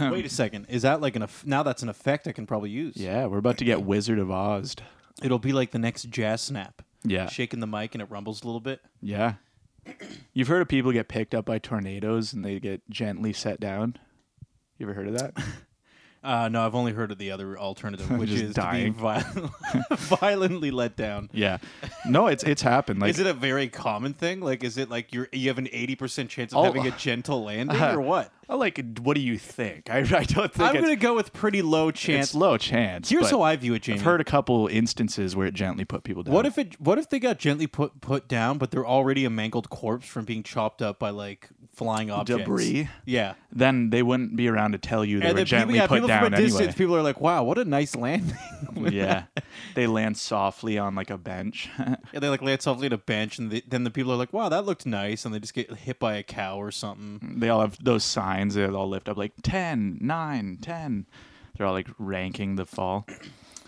S2: Wait a second. Is that like an eff- now that's an effect I can probably use?
S1: yeah, we're about to get Wizard of Oz.
S2: It'll be like the next jazz snap.
S1: Yeah.
S2: Shaking the mic and it rumbles a little bit.
S1: Yeah. You've heard of people get picked up by tornadoes and they get gently set down. You ever heard of
S2: (laughs)
S1: that?
S2: Uh, no, I've only heard of the other
S1: (laughs)
S2: alternative, which
S1: Just
S2: is
S1: dying.
S2: to be viol- (laughs) violently let down.
S1: yeah. No, it's it's happened. Like
S2: Is it a very common thing? Like, is it like you're you have an eighty percent chance of
S1: Oh.
S2: having a gentle
S1: (laughs)
S2: landing, or what?
S1: I like what do you think? I, I don't think
S2: I'm
S1: it's,
S2: gonna go with pretty low chance.
S1: it's low chance.
S2: Here's
S1: but
S2: how I view it, Jamie.
S1: I've heard a couple instances where it gently put people down.
S2: what if it? What if they got gently put put down, but they're already a mangled corpse from being chopped up by like flying objects,
S1: Debris.
S2: Yeah,
S1: then they wouldn't be around to tell you they were
S2: then
S1: gently
S2: yeah,
S1: put down
S2: from a
S1: anyway.
S2: distance,
S1: (laughs)
S2: people are like, "Wow, what a nice landing!" (laughs)
S1: yeah, they land softly on like a bench. (laughs)
S2: Yeah, they like lay it softly at a bench, and the, then the people are like, "Wow, that looked nice," and they just get hit by a cow or something.
S1: they all have those signs. They all lift up like 10, 9, 10. They're all like ranking the fall.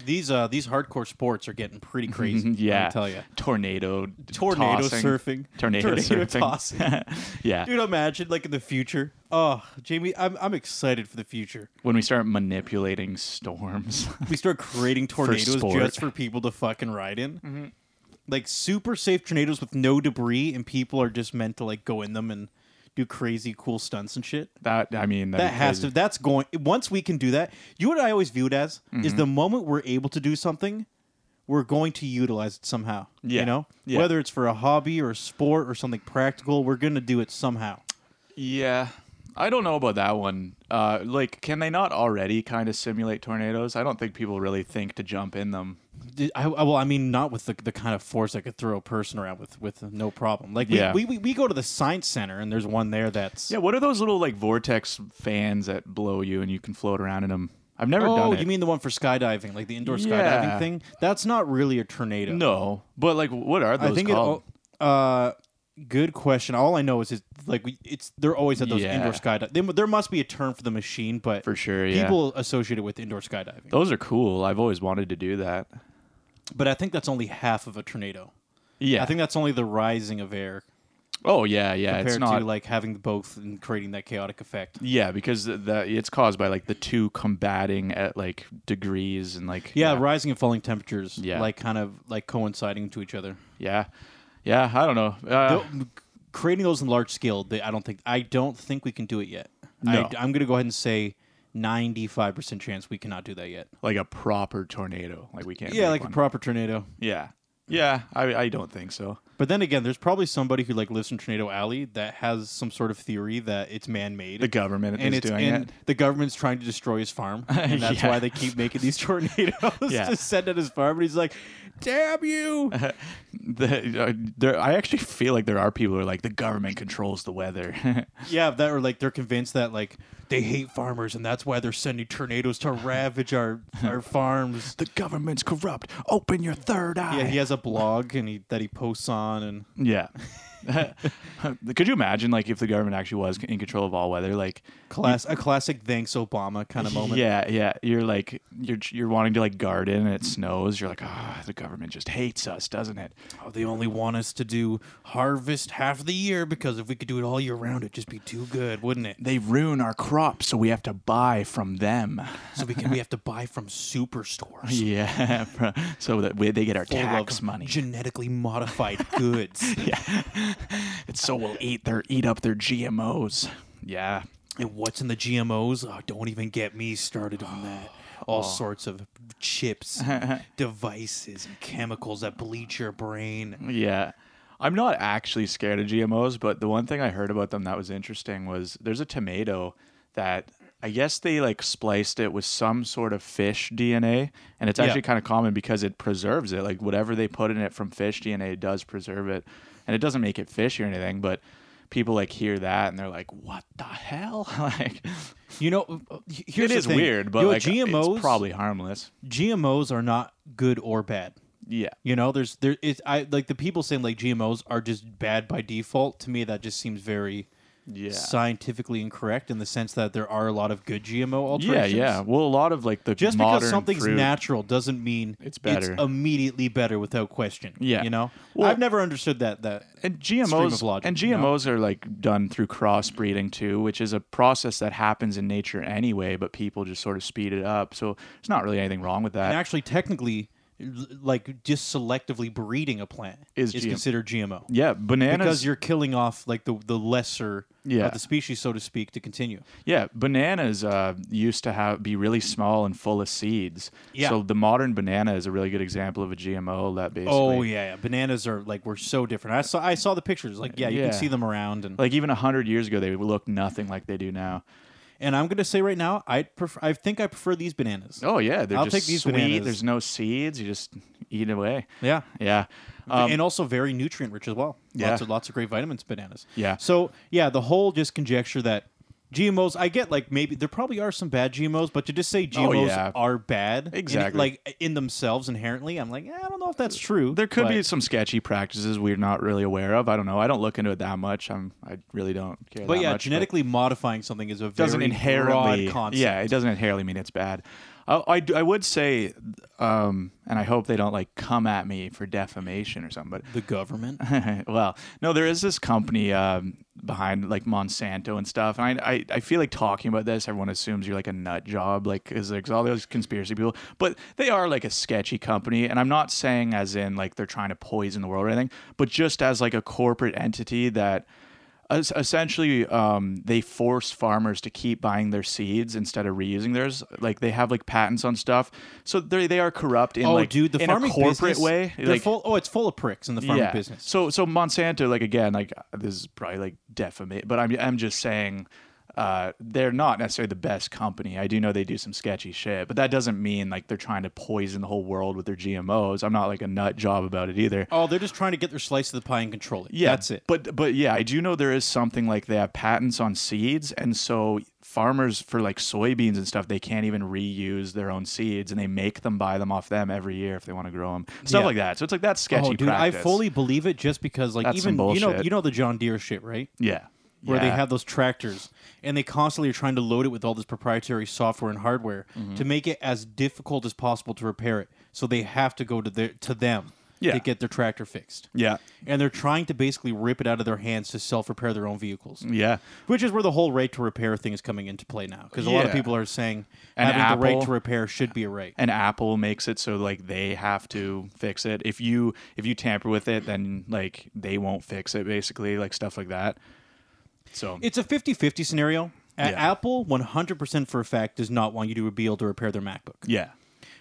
S2: These uh, these hardcore sports are
S1: (laughs)
S2: getting pretty crazy.
S1: Yeah,
S2: I tell you,
S1: tornado, d-
S2: tornado
S1: tossing.
S2: surfing,
S1: tornado, surfing.
S2: tossing.
S1: (laughs) yeah,
S2: Dude, imagine like in the future. Oh, Jamie, I'm I'm excited for the future.
S1: when we start manipulating storms. (laughs)
S2: We start creating tornadoes
S1: sport. Mm-hmm.
S2: just for people to fucking ride in. Like super safe tornadoes with no debris, and people are just meant to like go in them and do crazy cool stunts and shit.
S1: that I mean,
S2: That has to. That's going. Once we can do that, you know what I always view it as is the moment we're able to do something, we're going to utilize it somehow.
S1: Yeah.
S2: You know,
S1: Yeah.
S2: whether it's for a hobby or a sport or something practical, we're going to do it somehow.
S1: Yeah. I don't know about that one. Uh, like, can they not already kind of simulate tornadoes? I don't think people really think to jump in them.
S2: Did- I, I- well, I mean, not with the, the kind of force I could throw a person around with with no problem. Like, we,
S1: Yeah.
S2: we, we we go to the science center and there's one there that's
S1: Yeah, what are those little like vortex fans that blow you and you can float around in them? I've never
S2: Oh,
S1: done it.
S2: you mean the one for skydiving, like the indoor skydiving
S1: Yeah.
S2: thing? That's not really a tornado.
S1: no, but like, what are those
S2: I think
S1: called?
S2: it. Uh, good question. All I know is it's like we- it's they're always at those
S1: Yeah.
S2: indoor skydive. They, there must be a term for the machine, but
S1: For sure, yeah.
S2: people associate it with indoor skydiving.
S1: those are cool. I've always wanted to do that.
S2: But I think that's only half of a tornado.
S1: Yeah,
S2: I think that's only the rising of air
S1: Oh yeah, yeah. It's
S2: compared
S1: not.
S2: to like having both and creating that chaotic effect.
S1: yeah, because th- that it's caused by like the two combating at like degrees and like
S2: Yeah, rising and falling temperatures,
S1: Yeah.
S2: like kind of like coinciding to each other.
S1: yeah, yeah. I don't know. Uh,
S2: Though, creating those in large scale, they, I don't think I don't think we can do it yet.
S1: No.
S2: I, I'm going to go ahead and say. 95% chance we cannot do that yet.
S1: Like a proper tornado. Like we can't.
S2: Yeah,
S1: make
S2: like
S1: one.
S2: a proper tornado.
S1: Yeah. Yeah, I, I don't think so.
S2: But then again, there's probably somebody who like lives in Tornado Alley that has some sort of theory that it's man-made.
S1: The government
S2: and
S1: is
S2: it's
S1: doing
S2: and
S1: it.
S2: the government's trying to destroy
S1: (laughs)
S2: his farm, and that's
S1: Yeah.
S2: why they keep making these tornadoes
S1: (laughs) Yeah.
S2: to send at his farm. And he's like, "Damn
S1: (laughs)
S2: you!"
S1: The- uh, there, I actually feel like there are people who are like the government controls the weather. (laughs)
S2: yeah, that or like they're convinced that like they hate farmers and that's why they're sending tornadoes to
S1: (laughs)
S2: ravage our our farms.
S1: The government's corrupt. Open your third eye.
S2: Yeah, he has a blog and he that he posts on and
S1: Yeah. (laughs) Could you imagine, like, if the government actually was in control of all weather? Like,
S2: class a classic thanks
S1: (laughs)
S2: Obama kind of moment.
S1: yeah, yeah, you're like, you're you're wanting to like garden and it snows. You're like, ah, the government just hates us, doesn't it?
S2: Oh, they only want us to do harvest half of the year because if we could do it all year round, it'd just be too good, wouldn't it?
S1: They ruin our crops, so we have to buy from them.
S2: So we can we have to buy from superstores.
S1: (laughs) Yeah, bro. so that we, they get our
S2: full of
S1: tax money.
S2: Genetically modified (laughs) goods.
S1: And so we'll eat their eat up their GMOs. Yeah,
S2: and what's in the GMOs? Oh, don't even get me started
S1: (gasps)
S2: on that.
S1: Oh.
S2: All sorts of
S1: (laughs)
S2: chips, and devices, and chemicals that bleach your brain.
S1: yeah. I'm not actually scared of GMOs, but the one thing I heard about them that was interesting was there's a tomato that I guess they like spliced it with some sort of fish DNA, and it's
S2: Yeah.
S1: actually kind of common because it preserves it. Like whatever they put in it from fish DNA does preserve it, and it doesn't make it fish or anything, but. People like hear that and they're like, "What the hell?" (laughs) like,
S2: You know, uh, h- here's
S1: it
S2: the
S1: is
S2: thing.
S1: weird, but
S2: Yo,
S1: like,
S2: GMOs,
S1: it's probably harmless.
S2: GMOs are not good or bad.
S1: Yeah,
S2: You know, there's there it's I like the people saying like GMOs are just bad by default. To me, that just seems very
S1: yeah.
S2: scientifically incorrect in the sense that there are a lot of good GMO
S1: Yeah,
S2: alterations.
S1: yeah. Well, a lot of like the
S2: Just
S1: modern
S2: because something's
S1: fruit-
S2: natural doesn't mean
S1: It's better.
S2: immediately better without question.
S1: Yeah.
S2: you know,
S1: Well-
S2: I've never understood that. That
S1: and
S2: stream of
S1: GMOs
S2: logic,
S1: and
S2: you know?
S1: GMOs are like done through crossbreeding too, which is a process that happens in nature anyway, but people just sort of speed it up. So there's not really anything wrong with
S2: and
S1: that.
S2: actually, technically, l- like just selectively breeding a plant
S1: Is GM
S2: considered GMO
S1: Yeah, bananas.
S2: because you're killing off like the the lesser
S1: Yeah.
S2: of the species, so to speak, to continue.
S1: Yeah, bananas uh, used to have be really small and full of seeds.
S2: Yeah.
S1: So the modern banana is a really good example of a GMO that basically.
S2: Oh yeah, yeah, bananas are like we're so different. I saw I saw the pictures. Like yeah, you
S1: Yeah.
S2: can see them around and
S1: Like even hundred years ago, they looked nothing like they do now.
S2: and I'm gonna say right now, I prefer. I think I prefer these bananas.
S1: Oh yeah, they're
S2: I'll
S1: just
S2: take these
S1: sweet.
S2: bananas.
S1: There's no seeds. You just eat it away.
S2: Yeah,
S1: Yeah. Um,
S2: and also very nutrient rich as well.
S1: Yeah.
S2: Lots of lots of great vitamins, bananas.
S1: Yeah.
S2: So yeah, the whole just conjecture that GMOs. I get like maybe there probably are some bad GMOs, but to just say GMOs
S1: Oh, yeah.
S2: are bad, in-
S1: Exactly.
S2: like in themselves inherently, I'm like eh, I don't know if that's true.
S1: There could
S2: but-
S1: be some sketchy practices we're not really aware of. I don't know. I don't look into it that much. I'm I really don't care.
S2: But
S1: that
S2: yeah,
S1: much,
S2: genetically modifying something is a very
S1: doesn't inherently.
S2: broad concept.
S1: Yeah, it doesn't inherently mean it's bad. I, I, do- I would say, um, and I hope they don't like come at me for defamation or something.
S2: The government.
S1: But (laughs) well, no, there is this company um, behind like Monsanto and stuff. And I, I I feel like talking about this, everyone assumes you're like a nut job, like is like all those conspiracy people. But they are like a sketchy company, and I'm not saying as in like they're trying to poison the world or anything, but just as like a corporate entity that es- essentially um, they force farmers to keep buying their seeds instead of reusing theirs like they have like patents on stuff so they they are corrupt in
S2: oh,
S1: like
S2: dude, the
S1: in
S2: farming
S1: a corporate
S2: business,
S1: way
S2: they're
S1: like
S2: full, oh, it's full of pricks in the farming business.
S1: so so Monsanto, like again, like this is probably like defamate, but I'm I'm just saying uh, they're not necessarily the best company. I do know they do some sketchy shit, but that doesn't mean like they're trying to poison the whole world with their GMOs. I'm not like a nut job about it either.
S2: Oh, they're just trying to get their slice of the pie and control it.
S1: Yeah,
S2: that's it.
S1: But but yeah, I do know there is something like they have patents on seeds, and so farmers for like soybeans and stuff, they can't even reuse their own seeds, and they make them buy them off them every year if they want to grow them, stuff
S2: Yeah.
S1: like that. So it's like that's sketchy.
S2: Oh, dude, I
S1: practice.
S2: fully believe it just because, like,
S1: That's
S2: even
S1: some
S2: you know,
S1: bullshit.
S2: you know the John Deere shit, right?
S1: yeah.
S2: Where they
S1: Yeah.
S2: have those tractors and they constantly are trying to load it with all this proprietary software and hardware
S1: Mm-hmm.
S2: to make it as difficult as possible to repair it. So they have to go to their to them
S1: Yeah.
S2: to get their tractor fixed.
S1: yeah.
S2: And they're trying to basically rip it out of their hands to self repair their own vehicles.
S1: Yeah.
S2: Which is where the whole right to repair thing is coming into play now, because a lot of
S1: Yeah.
S2: people are saying
S1: And
S2: having the right
S1: Apple-
S2: to repair should be a right.
S1: And Apple makes it so like they have to fix it. If you if you tamper with it, then like they won't fix it basically, like stuff like that. So
S2: It's a 50-50 scenario. A-
S1: Yeah.
S2: Apple 100% for a fact does not want you to be able to repair their MacBook.
S1: yeah.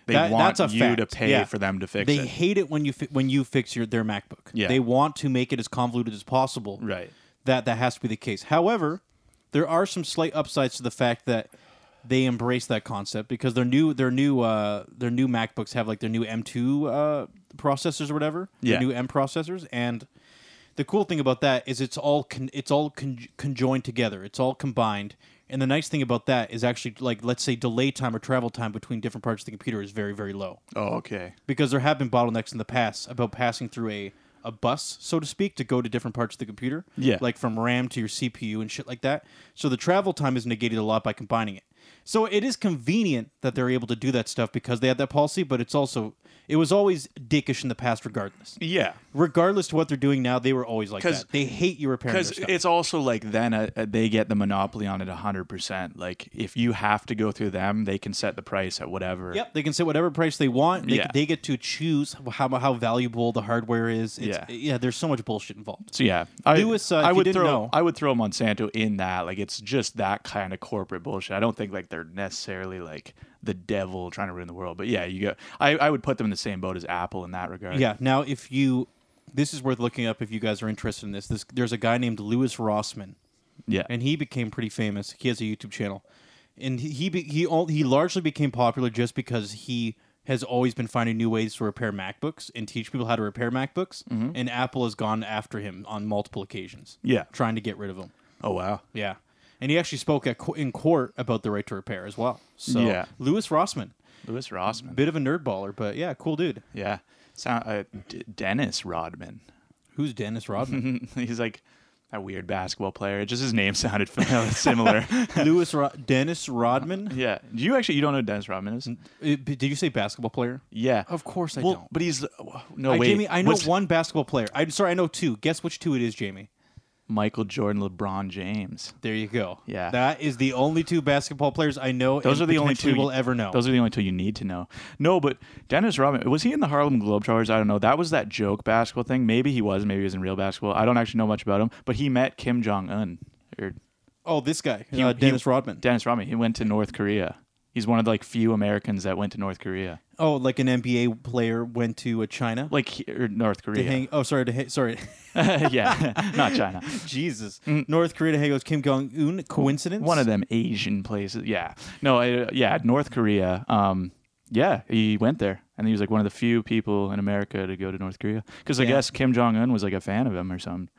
S1: They
S2: That-
S1: want
S2: that's a
S1: you to
S2: fact.
S1: pay
S2: Yeah.
S1: for them to fix
S2: They
S1: it.
S2: hate it when you fi- when you fix your their MacBook.
S1: Yeah.
S2: They want to make it as convoluted as possible.
S1: Right.
S2: That that has to be the case. However, there are some slight upsides to the fact that they embrace that concept because their new their new uh, their new MacBooks have like their new M2 uh, processors or whatever. their
S1: Yeah.
S2: new M processors and the cool thing about that is it's all con- it's all con- conjoined together. It's all combined And the nice thing about that is actually like let's say delay time or travel time between different parts of the computer is very very low
S1: Oh, okay.
S2: because there have been bottlenecks in the past about passing through a a bus, so to speak, to go to different parts of the computer.
S1: Yeah.
S2: Like from RAM to your CPU and shit like that. So the travel time is negated a lot by combining it. So it is convenient that they're able to do that stuff because they had that policy, but it's also it was always dickish in the past regardless.
S1: Yeah.
S2: Regardless to what they're doing now, they were always like
S1: 'Cause-
S2: that. They hate you repairing their
S1: Because
S2: stuff.
S1: it's also like then uh, uh, they get the monopoly on it 100%. Like if you have to go through them, they can set the price at whatever.
S2: Yep, they can set whatever price they want. They,
S1: Yeah.
S2: they get to choose how how valuable the hardware is. It's,
S1: Yeah.
S2: yeah, there's so much bullshit involved.
S1: So yeah, I,
S2: Lewis, uh, if
S1: I
S2: you
S1: would
S2: didn't
S1: throw
S2: know-
S1: I would throw Monsanto in that. Like it's just that kind of corporate bullshit. I don't think like they're necessarily like the devil trying to ruin the world. But yeah, you go. I, I would put them in the same boat as Apple in that regard.
S2: Yeah. Now, if you, this is worth looking up if you guys are interested in this. This there's a guy named Lewis Rossman,
S1: yeah,
S2: and he became pretty famous. He has a YouTube channel, and he he be- he, all, he largely became popular just because he has always been finding new ways to repair MacBooks and teach people how to repair MacBooks. And Apple has gone after him on multiple occasions.
S1: Mm-hmm. Yeah.
S2: Trying to get rid of him.
S1: Oh wow.
S2: Yeah, and he actually spoke at, co- in court about the right to repair as well. So
S1: Yeah.
S2: Lewis Rossman,
S1: Lewis Rossman.
S2: bit of a nerd baller, but yeah, cool dude.
S1: Yeah. Sound, uh, D- Dennis Rodman. (laughs)
S2: Who's Dennis Rodman?
S1: He's like that weird basketball player. Just his name (laughs) sounded familiar,
S2: (laughs)
S1: similar.
S2: Lewis Ro- Dennis Rodman.
S1: yeah. Do you actually you don't know who Dennis Rodman is?
S2: Uh, b- Uh, Did you say basketball player?
S1: Yeah.
S2: Of course I
S1: well,
S2: don't.
S1: But he's uh, no
S2: I,
S1: wait.
S2: Jamie, I know
S1: what's-
S2: one basketball player. I'm sorry, I know two. Guess which two it is, Jamie.
S1: Michael Jordan, LeBron James.
S2: There you go.
S1: Yeah.
S2: that is the only two basketball players I know.
S1: Those
S2: and
S1: are the only two
S2: potentially we'll ever know.
S1: Those are the only two you need to know. No, but Dennis Rodman was he in the Harlem Globetrotters? I don't know. That was that joke basketball thing. Maybe he was. Maybe he was in real basketball. I don't actually know much about him. But he met Kim Jong Un or
S2: oh, this guy, uh, Dennis Rodman.
S1: Dennis Rodman. He went to North Korea. He's one of the, like few Americans that went to North Korea,
S2: oh, like an NBA player went to uh, China.
S1: like he, or North
S2: to
S1: Korea.
S2: hang, oh, sorry, to ha- sorry.
S1: (laughs)
S2: (laughs)
S1: yeah, (laughs) not China.
S2: Jesus. North Korea to hang out with Kim Jong Un. Coincidence?
S1: Mm. One of them Asian places. Yeah. No. I, yeah. North Korea. Um. Yeah. He went there, and he was like one of the few people in America to go to North Korea because I
S2: Yeah.
S1: guess Kim Jong Un was like a fan of him or something.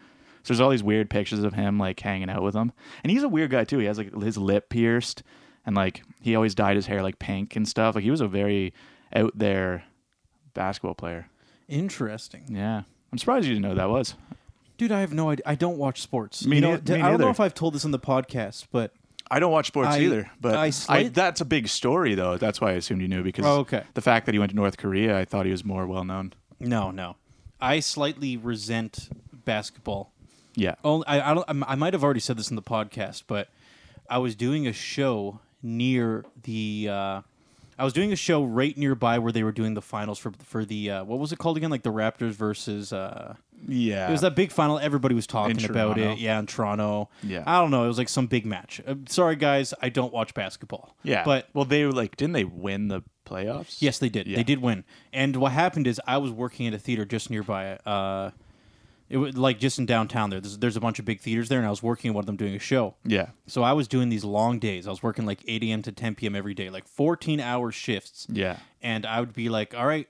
S1: So there's all these weird pictures of him like hanging out with him, and he's a weird guy too. He has like his lip pierced, and like he always dyed his hair like pink and stuff. Like he was a very out there basketball player.
S2: Interesting.
S1: Yeah. I'm surprised you didn't know who that was.
S2: Dude, I have no idea. I don't watch sports.
S1: Me
S2: you know,
S1: nei-
S2: d-
S1: me
S2: I don't know
S1: neither.
S2: if I've told this on the podcast, but
S1: I don't watch sports
S2: I-
S1: either, but
S2: I
S1: I,
S2: slight-
S1: that's a big story though. That's why I assumed you knew because
S2: Oh, okay.
S1: the fact that he went to North Korea, I thought he was more well known.
S2: no, no. I slightly resent basketball.
S1: Yeah.
S2: Only, I, I, don't, I'm- I might have already said this in the podcast, but I was doing a show near the. Uh, I was doing a show right nearby where they were doing the finals for for the uh, what was it called again? Like the Raptors versus uh,
S1: Yeah.
S2: It was that big final. Everybody was talking
S1: In
S2: about
S1: Toronto.
S2: it. Yeah, in Toronto.
S1: Yeah.
S2: I don't know. It was like some big match. Uh, sorry, guys. I don't watch basketball.
S1: yeah.
S2: But
S1: well, they were like, didn't they win the playoffs?
S2: yes, they did. They
S1: Yeah.
S2: did win. And what happened is I was working at a theater just nearby. Uh, it was like just in downtown there. There's, there's a bunch of big theaters there, and I was working at one of them doing a show.
S1: Yeah.
S2: So I was doing these long days. I was working like 8 a.m. to 10 p.m. every day, like 14 hour shifts.
S1: Yeah.
S2: And I would be like, all right,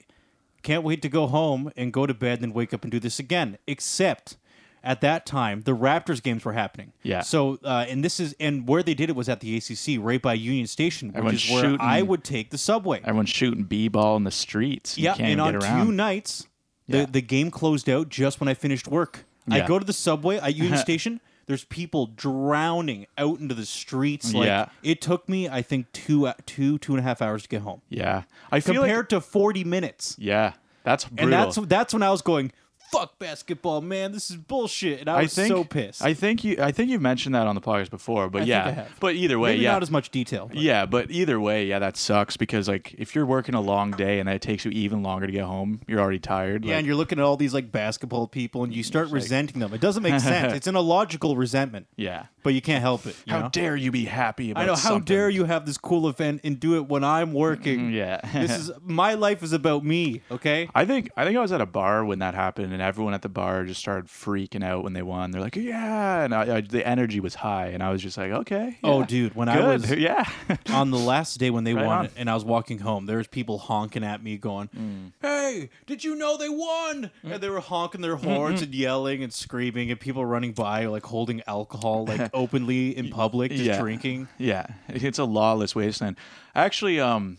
S2: can't wait to go home and go to bed and wake up and do this again. Except at that time, the Raptors games were happening.
S1: Yeah.
S2: So, uh, and this is, and where they did it was at the ACC, right by Union Station, which
S1: Everyone's
S2: is where
S1: shooting.
S2: I would take the subway.
S1: Everyone's shooting b ball in the streets. You
S2: yeah.
S1: can't
S2: And
S1: even
S2: on
S1: get around.
S2: two nights, the,
S1: Yeah.
S2: the game closed out just when I finished work. I
S1: Yeah.
S2: go to the subway
S1: (laughs)
S2: at Union Station. There's people drowning out into the streets. Like
S1: Yeah.
S2: it took me, I think, two, two, two and a half hours to get home,
S1: yeah. I feel like.
S2: compared to 40 minutes.
S1: Yeah. That's brutal.
S2: And that's that's when I was going, fuck basketball, man. This is bullshit. And I
S1: I
S2: was
S1: think
S2: so pissed.
S1: I think you. I think you've mentioned that on the podcast before, but
S2: think
S1: yeah.
S2: I have.
S1: But either way,
S2: Maybe
S1: yeah.
S2: not as much detail. but-
S1: Yeah, but either way, yeah, that sucks because like if you're working a long day and it takes you even longer to get home, you're already tired.
S2: Yeah,
S1: like-
S2: and you're looking at all these like basketball people, and you start resenting them. It
S1: (laughs)
S2: doesn't make sense. It's an illogical resentment.
S1: yeah.
S2: but you can't help it. you
S1: How
S2: know?
S1: dare you be happy about
S2: I know. How
S1: something. Mm,
S2: dare you have this cool event and do it when I'm working?
S1: Yeah. (laughs)
S2: this is my life is about me. Okay.
S1: I think I think I was at a bar when that happened and and everyone at the bar just started freaking out when they won. They're like, "Yeah!" And I, I, the energy was high, and I was just like, "Okay."
S2: Oh,
S1: yeah,
S2: dude, when
S1: good.
S2: I
S1: (laughs)
S2: was
S1: yeah.
S2: on the last day when they
S1: Right
S2: won
S1: on.
S2: and I was walking home, there was people honking at me going,
S1: Mm.
S2: Hey, did you know they won? And they were honking their horns and yelling and screaming and people running by like holding alcohol
S1: (laughs)
S2: like openly in public, just
S1: Yeah.
S2: drinking.
S1: Yeah, it's a lawless wasteland. Actually, um,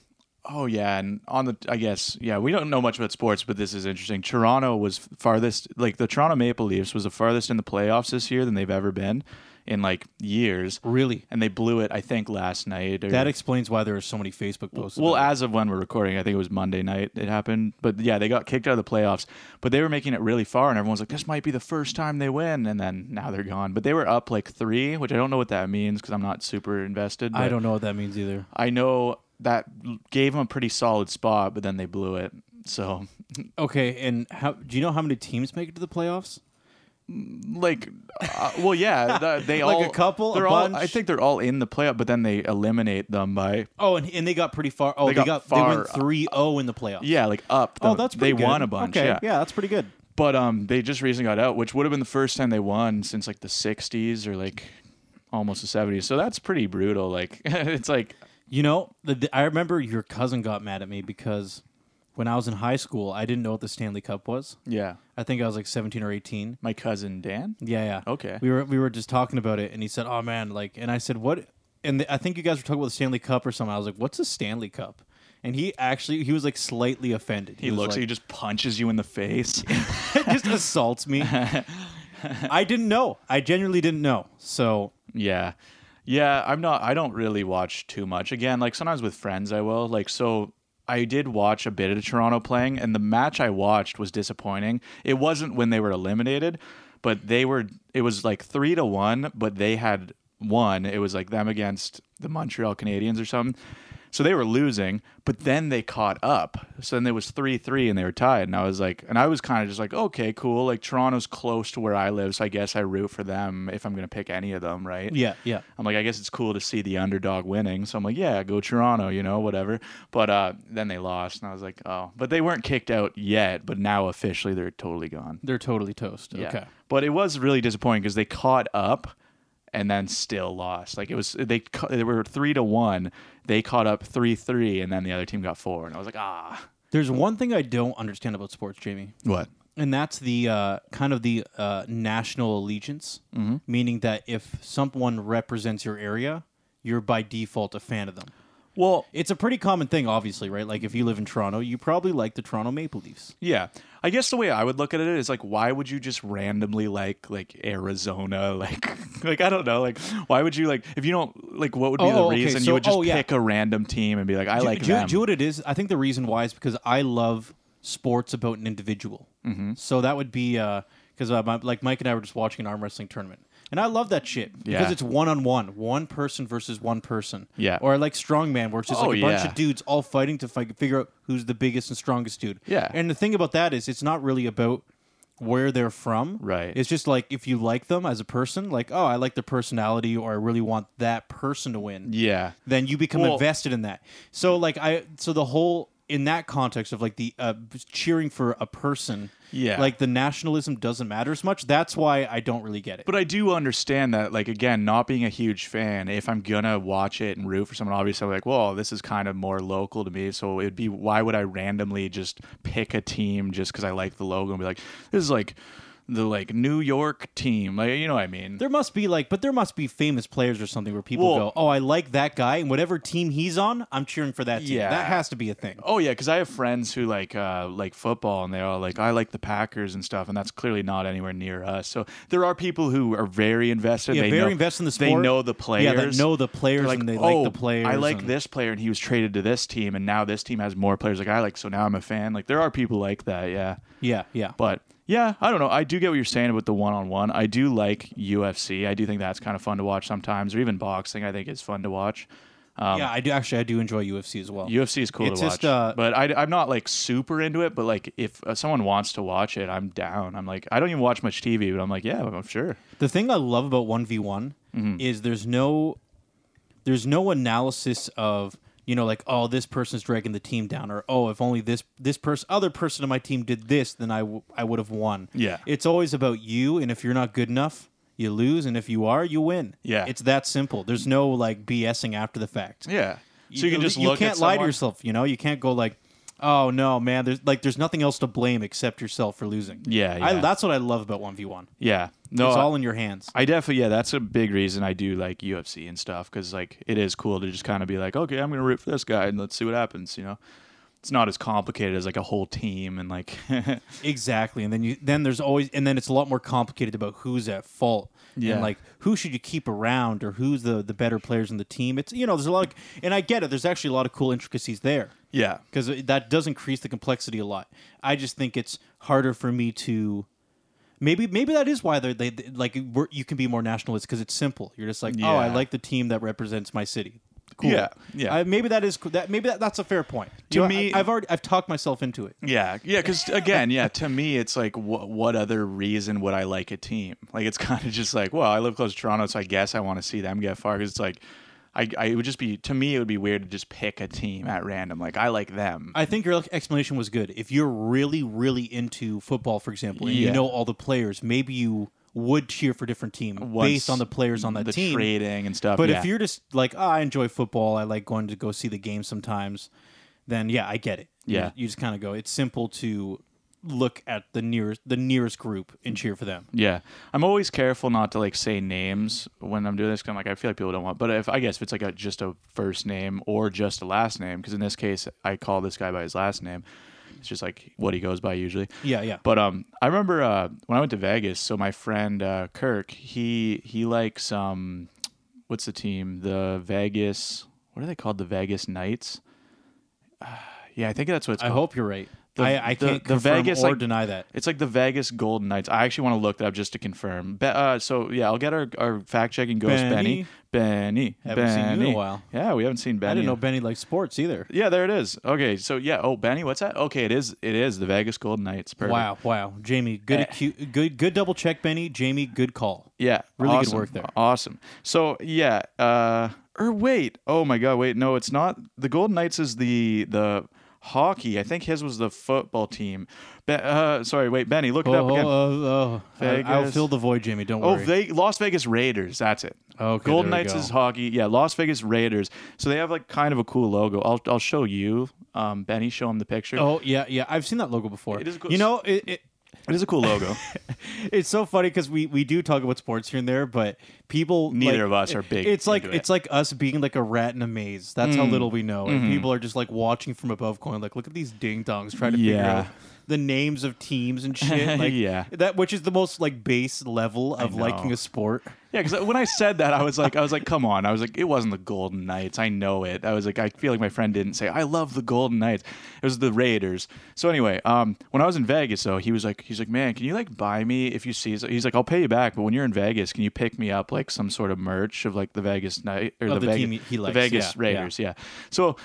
S1: oh yeah, and on the I guess yeah, we don't know much about sports, but this is interesting. Toronto was farthest, like the Toronto Maple Leafs was the farthest in the playoffs this year than they've ever been in like years,
S2: Really?
S1: and they blew it. I think last night. Or,
S2: That explains why there are so many Facebook posts.
S1: well,
S2: about it.
S1: as of when we're recording, I think it was Monday night it happened. But yeah, they got kicked out of the playoffs. But they were making it really far, and everyone's like, "This might be the first time they win." And then now they're gone. But they were up like three, which I don't know what that means because I'm not super invested.
S2: I
S1: but-
S2: don't know what that means either.
S1: I know that l- gave them a pretty solid spot, but then they blew it. So,
S2: Okay, and how do you know how many teams make it to the playoffs?
S1: like, uh, well,
S2: (laughs)
S1: yeah, th- they
S2: Like
S1: all
S2: a couple, a
S1: They're all,
S2: bunch?
S1: I think they're all in the playoff, but then they eliminate them by
S2: Oh, and, and they got pretty far. Oh, they,
S1: They
S2: got,
S1: got
S2: they went
S1: far.
S2: 3 0 in the playoffs.
S1: yeah, like up.
S2: Oh,
S1: the-
S2: that's
S1: they
S2: pretty good.
S1: won a bunch.
S2: Okay,
S1: yeah.
S2: that's pretty good.
S1: but um, they just recently got out, which would have been the first time they won since like the '60s or like almost the '70s. So that's pretty brutal. Like, (laughs) it's like
S2: You know, the, the, I remember your cousin got mad at me because when I was in high school, I didn't know what the Stanley Cup was.
S1: yeah,
S2: I think I was like 17 or 18.
S1: my cousin Dan.
S2: Yeah, yeah.
S1: Okay.
S2: We were we were just talking about it, and he said, "Oh man," like, and I said, "What?" And th- I think you guys were talking about the Stanley Cup or something. I was like, "What's a Stanley Cup?" And he actually he was like slightly offended.
S1: He
S2: was
S1: looks, he
S2: like,
S1: just punches you in the
S2: (laughs)
S1: face. (laughs)
S2: just assaults me. I didn't know. I genuinely didn't know. So
S1: Yeah. Yeah, I'm not I don't really watch too much. Again, like sometimes with friends I will. Like so I did watch a bit of Toronto playing and the match I watched was disappointing. It wasn't when they were eliminated, but they were it was like 3 to 1, but they had won. It was like them against the Montreal Canadiens or something. So they were losing, but then they caught up. So then it was 3 3 and they were tied. And I was like, and I was kind of just like, okay, cool. Like Toronto's close to where I live. So I guess I root for them if I'm going to pick any of them, right?
S2: yeah, yeah.
S1: I'm like, I guess it's cool to see the underdog winning. So I'm like, yeah, go Toronto, you know, whatever. But uh, then they lost. And I was like, oh, but they weren't kicked out yet. But now officially they're totally gone.
S2: They're totally toast.
S1: Yeah.
S2: Okay.
S1: But it was really disappointing because they caught up and then still lost. Like it was they ca- they were three to one. They caught up three three, and then the other team got four. And I was like, ah,
S2: There's one thing I don't understand about sports, Jamie.
S1: what?
S2: and that's the uh, kind of the uh, national allegiance, meaning that if someone represents your area, you're by default a fan of them.
S1: Well,
S2: It's a pretty common thing, obviously, right? Like if you live in Toronto, you probably like the Toronto Maple Leafs.
S1: yeah. I guess the way I would look at it is like, why would you just randomly like like Arizona? (laughs) Like, like I don't know. Like, why would you like if you don't like? What would be
S2: Oh,
S1: the
S2: okay,
S1: reason
S2: so-
S1: you would just
S2: oh, yeah.
S1: pick a random team and be like, I
S2: Do-
S1: like
S2: do, you-
S1: them?
S2: do you know what it is? I think the reason why is because I love sports about an individual. Mm-hmm. So that would be because uh, my like Mike and I were just watching an arm wrestling tournament, and I love that shit because
S1: Yeah.
S2: it's one on one, one person versus one person.
S1: Yeah.
S2: Or I like strongman, where it's just
S1: Oh,
S2: like a bunch
S1: yeah.
S2: of dudes all fighting to fi- figure out who's the biggest and strongest dude.
S1: Yeah.
S2: And the thing about that is, it's not really about where they're from.
S1: Right.
S2: It's just like if you like them as a person, like oh, I like their personality, or I really want that person to win
S1: yeah.
S2: then you become
S1: Well-
S2: invested in that. So like I so the whole in that context of like the uh, cheering for a person,
S1: Yeah.
S2: like the nationalism doesn't matter as much. That's why I don't really get it.
S1: But I do understand that, like, again, not being a huge fan, if I'm gonna watch it and root for someone, obviously, I'm like, well, this is kind of more local to me. So it'd be, why would I randomly just pick a team just because I like the logo and be like, this is like the like New York team, like, you know what I mean?
S2: there must be like, but there must be famous players or something where people
S1: Well-
S2: go, "Oh, I like that guy, and whatever team he's on, I'm cheering for that team."
S1: Yeah.
S2: That has to be a thing.
S1: Oh yeah, because I have friends who like uh, like football, and they're all like, "I like the Packers and stuff," and that's clearly not anywhere near us. So there are people who are very invested.
S2: Yeah,
S1: they
S2: very
S1: know,
S2: invested in the
S1: They
S2: sport.
S1: know the players.
S2: Yeah, that know the players
S1: They're like,
S2: and they
S1: oh,
S2: like the players.
S1: I like
S2: and-
S1: this player, and he was traded to this team, and now this team has more players like I like. So now I'm a fan. Like there are people like that, yeah.
S2: Yeah, yeah.
S1: But yeah, I don't know. I do get what you're saying about the one-on-one. I do like UFC. I do think that's kind of fun to watch sometimes, or even boxing. I think is fun to watch. Um,
S2: yeah, I do actually. I do enjoy UFC as well.
S1: UFC is cool
S2: It's
S1: to watch,
S2: just, uh,
S1: but I, I'm not like super into it. But like, if uh, someone wants to watch it, I'm down. I'm like, I don't even watch much TV, but I'm like, yeah, I'm sure.
S2: The thing I love
S1: Mm-hmm.
S2: about one v one is there's no there's no analysis of you know, like oh, this person's dragging the team down, or oh, if only this this person, other person on my team did this, then I w- I would have won.
S1: Yeah.
S2: it's always about you, and if you're not good enough, you lose, and if you are, you win.
S1: Yeah.
S2: it's that simple. There's no like BSing after the fact.
S1: Yeah. So you can just
S2: you
S1: look
S2: can't
S1: at
S2: lie to
S1: someone-
S2: yourself. You know, you can't go like, oh no, man. There's like there's nothing else to blame except yourself for losing.
S1: Yeah,
S2: I,
S1: yeah.
S2: that's what I love about one v one.
S1: Yeah. No.
S2: It's all in your hands.
S1: I definitely yeah, that's a big reason I do like UFC and stuff because like it is cool to just kind of be like, okay, I'm gonna root for this guy and let's see what happens. You know, it's not as complicated as like a whole team and like (laughs)
S2: Exactly, and then you then there's always and then it's a lot more complicated about who's at fault.
S1: Yeah.
S2: and like who should you keep around or who's the the better players in the team. It's you know there's a lot, of, and I get it. There's actually a lot of cool intricacies there
S1: yeah,
S2: because that does increase the complexity a lot. I just think it's harder for me to. Maybe maybe that is why they're, they they- like we're, you can be more nationalist because it's simple. You're just like, oh, I
S1: Yeah.
S2: like the team that represents my city. Cool.
S1: Yeah, yeah.
S2: I, maybe that is co- that. Maybe that, that's a fair point.
S1: To
S2: You know,
S1: me-
S2: I, I've already I've talked myself into it.
S1: yeah, yeah. Because again, yeah, to me, it's like wh- what other reason would I like a team? Like it's (laughs) kind of just like, well, I live close to Toronto, so I guess I want to see them get far. Because it's like. I, I it would just be to me it would be weird to just pick a team at random like I like them
S2: I think your explanation was good. If you're really, really into football, for example, and you
S1: Yeah.
S2: know all the players, maybe you would cheer for different team
S1: Once
S2: based on the players on that
S1: the
S2: team.
S1: trading and stuff
S2: But
S1: yeah.
S2: if you're just like, oh, I enjoy football, I like going to go see the game sometimes, then yeah, I get it. You-
S1: Yeah.
S2: you, just kind of go. It's simple to look at the nearest the nearest group and cheer for them.
S1: Yeah, I'm always careful not to like say names when I'm doing this. Cause I'm like, I feel like people don't want. But if I guess if it's like a, just a first name or just a last name, because in this case, I call this guy by his last name. It's just like what he goes by usually.
S2: Yeah, yeah.
S1: But um, I remember uh, when I went to Vegas. So my friend uh, Kirk, he he likes um, what's the team? The Vegas. What are they called? The Vegas Knights. (sighs) Uh, yeah, I think that's what it's
S2: I
S1: called.
S2: hope you're right.
S1: The-
S2: I, I
S1: the-
S2: can't
S1: the
S2: confirm
S1: Vegas,
S2: or
S1: like-
S2: deny that.
S1: It's like the Vegas Golden Knights. I actually want to look that up just to confirm. Be- uh, so yeah, I'll get our, our fact checking ghost
S2: Benny.
S1: Benny. Benny.
S2: Haven't seen you in a
S1: Benny.
S2: while.
S1: Yeah, we haven't seen Benny.
S2: I didn't know Benny likes sports either.
S1: yeah, there it is. Okay, so yeah. Oh, Benny, what's that? Okay, it is. It is the Vegas Golden Knights. Perfect.
S2: Wow, wow, Jamie,
S1: Eh.
S2: good, acu- good, good double check, Benny. Jamie, good call.
S1: Yeah.
S2: Really good
S1: awesome,
S2: work there.
S1: Awesome. So yeah. Uh, or wait. Oh my God. Wait. No, it's not. The Golden Knights is the the hockey. I think his was the football team. Be- uh, sorry. Wait, Benny, look it up
S2: Oh,
S1: again.
S2: oh, oh, oh. I- I'll
S1: Vegas.
S2: fill the void, Jamie. Don't
S1: Oh,
S2: worry.
S1: they Las Vegas Raiders. That's it.
S2: Okay,
S1: Golden
S2: there we
S1: Knights
S2: go.
S1: is hockey. Yeah, Las Vegas Raiders. So they have like kind of a cool logo. I'll I'll show you, um, Benny. Show him the picture.
S2: oh, yeah, yeah. I've seen that logo before.
S1: It is a cool-
S2: You know, it, it,
S1: It is a cool
S2: (laughs)
S1: logo.
S2: it's so funny because we, we do talk about sports here and there, but people
S1: Neither
S2: like-
S1: of us are big
S2: It's like
S1: into it. Mm.
S2: it's like us being like a rat in a maze. That's how little we know,
S1: Mm-hmm.
S2: and people are just like watching from above, going like, "Look at these ding dongs trying to figure
S1: Yeah.
S2: out." The names of teams
S1: (laughs)
S2: and shit, like
S1: Yeah.
S2: that, which is the most like base level of
S1: know.
S2: liking a sport.
S1: yeah, because when I said that, I was like, I was like, come on. I was like, it wasn't the Golden Knights. I know it. I was like, I feel like my friend didn't say I love the Golden Knights. It was the Raiders. So anyway, um, when I was in Vegas, though, he was like, he's like, man, can you like buy me if you see? He's like, I'll pay you back, but when you're in Vegas, can you pick me up like some sort of merch of like the Vegas night or
S2: Of the
S1: Vegas,
S2: team he likes.
S1: the Vegas
S2: Yeah, yeah.
S1: Raiders? yeah. So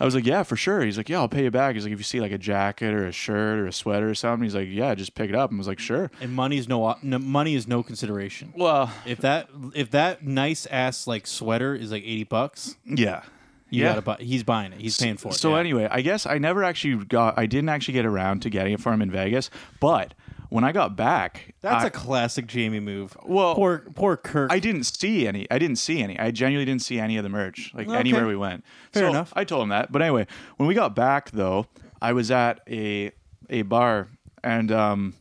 S1: I was like, yeah, for sure. He's like, yeah, I'll pay you back. He's like, if you see like a jacket or a shirt or a sweater or something, he's like, yeah, just pick it up. And I was like, sure.
S2: And money's no, op- no money is no consideration.
S1: Well,
S2: If that if that nice ass like sweater is like eighty bucks,
S1: yeah.
S2: you
S1: yeah.
S2: gotta buy. He's buying it. He's paying for it.
S1: So
S2: yeah.
S1: anyway, I guess I never actually got. I didn't actually get around to getting it for him in Vegas. But when I got back,
S2: that's
S1: I-
S2: a classic Jamie move.
S1: Well,
S2: poor poor Kirk.
S1: I didn't see any. I didn't see any. I genuinely didn't see any of the merch, like
S2: Okay.
S1: anywhere we went.
S2: Fair
S1: so
S2: enough.
S1: I told him that. But anyway, when we got back though, I was at a a bar and um,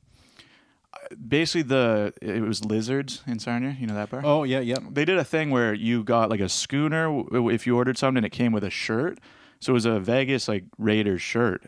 S1: basically the it was Lizards in Sarnia. You know that bar?
S2: oh yeah, yeah.
S1: They did a thing where you got like a schooner w- if you ordered something, and it came with a shirt. So it was a Vegas like Raiders shirt.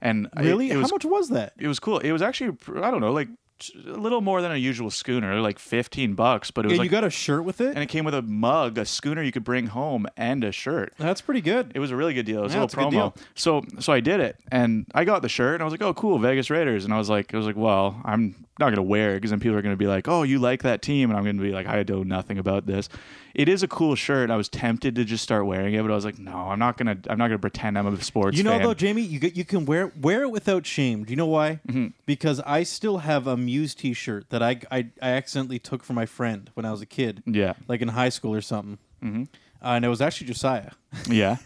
S1: And I-
S2: Really?
S1: it was
S2: How much was that?
S1: it was cool. It was actually I don't know, like t- a little more than a usual schooner, like fifteen bucks. But it was
S2: And
S1: like,
S2: you got a shirt with it?
S1: and it came with a mug, a schooner you could bring home, and a shirt.
S2: That's pretty good.
S1: It was a really good deal. It was
S2: Yeah,
S1: a
S2: it's a
S1: little
S2: good
S1: promo. So so I did it, and I got the shirt, and I was like, oh cool, Vegas Raiders, and I was like, I was like, well, I'm not gonna wear it because then people are gonna be like, oh, you like that team, and I'm gonna be like, I know nothing about this. It is a cool shirt. and I was tempted to just start wearing it, but I was like, no, I'm not gonna, I'm not gonna pretend I'm a sports.
S2: You know
S1: fan.
S2: though, Jamie, you get, you can wear wear it without shame. Do you know why?
S1: Mm-hmm.
S2: Because I still have a Muse T-shirt that I, I I accidentally took from my friend when I was a kid.
S1: Yeah.
S2: like in high school or something. Mm-hmm. uh, and it was actually Josiah. (laughs)
S1: Yeah.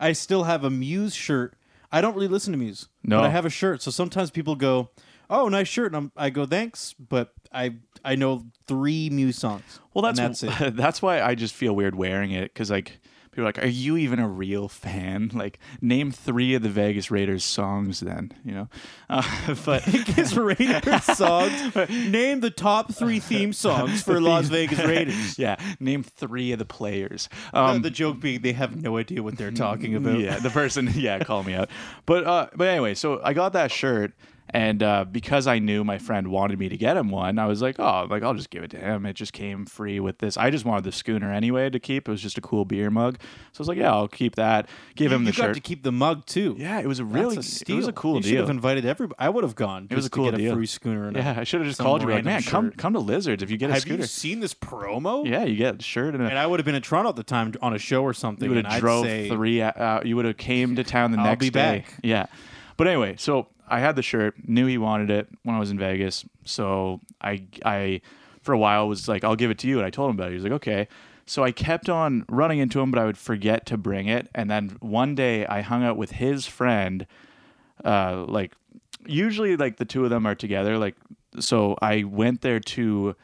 S2: I still have a Muse shirt. I don't really listen to Muse,
S1: No.
S2: but I have a shirt. So sometimes people go, "Oh, nice shirt," and I'm, I go, "Thanks," but I I know three Muse songs.
S1: Well, that's
S2: and that's
S1: (laughs)
S2: it. (laughs)
S1: that's why I just feel weird wearing it because like people are like, are you even a real fan? (laughs) Like, name three of the Vegas Raiders songs, then you know. (laughs) Uh, but
S2: Vegas Raiders
S1: (laughs)
S2: songs. Name the top three theme songs for Las Vegas Raiders.
S1: yeah, name three of the players.
S2: Uh,
S1: (laughs) Um,
S2: the joke being they have no idea what they're
S1: (laughs)
S2: talking about.
S1: yeah, the person. Yeah, call me out. But uh, but anyway, so I got that shirt, and uh, because I knew my friend wanted me to get him one, I was like, oh, like I'll just give it to him. It just came free with this. I just wanted the schooner anyway to keep. It was just a cool beer mug, so I was like, yeah, I'll keep that. Give him
S2: you
S1: the
S2: got
S1: shirt.
S2: to keep the mug too.
S1: yeah, it was a
S2: That's
S1: really
S2: a
S1: it
S2: steal.
S1: was a cool
S2: you should
S1: deal.
S2: have invited everybody. I would have gone. It
S1: was a cool
S2: to get
S1: deal.
S2: A free schooner. And a-
S1: yeah, I should have just
S2: some
S1: called you. Like,
S2: random
S1: man, come
S2: shirt."
S1: come to Lizards if you get a
S2: Have
S1: scooter.
S2: you seen this promo?
S1: yeah, you get a shirt and a.
S2: And I would have been in Toronto at the time on a show or something.
S1: you would
S2: and
S1: have
S2: I'd
S1: drove
S2: say,
S1: three. Uh, you would have came to town the
S2: I'll
S1: next
S2: be
S1: day.
S2: back.
S1: Yeah, but anyway, so I had the shirt. Knew he wanted it when I was in Vegas. So I, I, for a while was like, I'll give it to you, and I told him about it. He was like, okay. So I kept on running into him, but I would forget to bring it. And then one day I hung out with his friend, uh, like usually like the two of them are together like so i went there to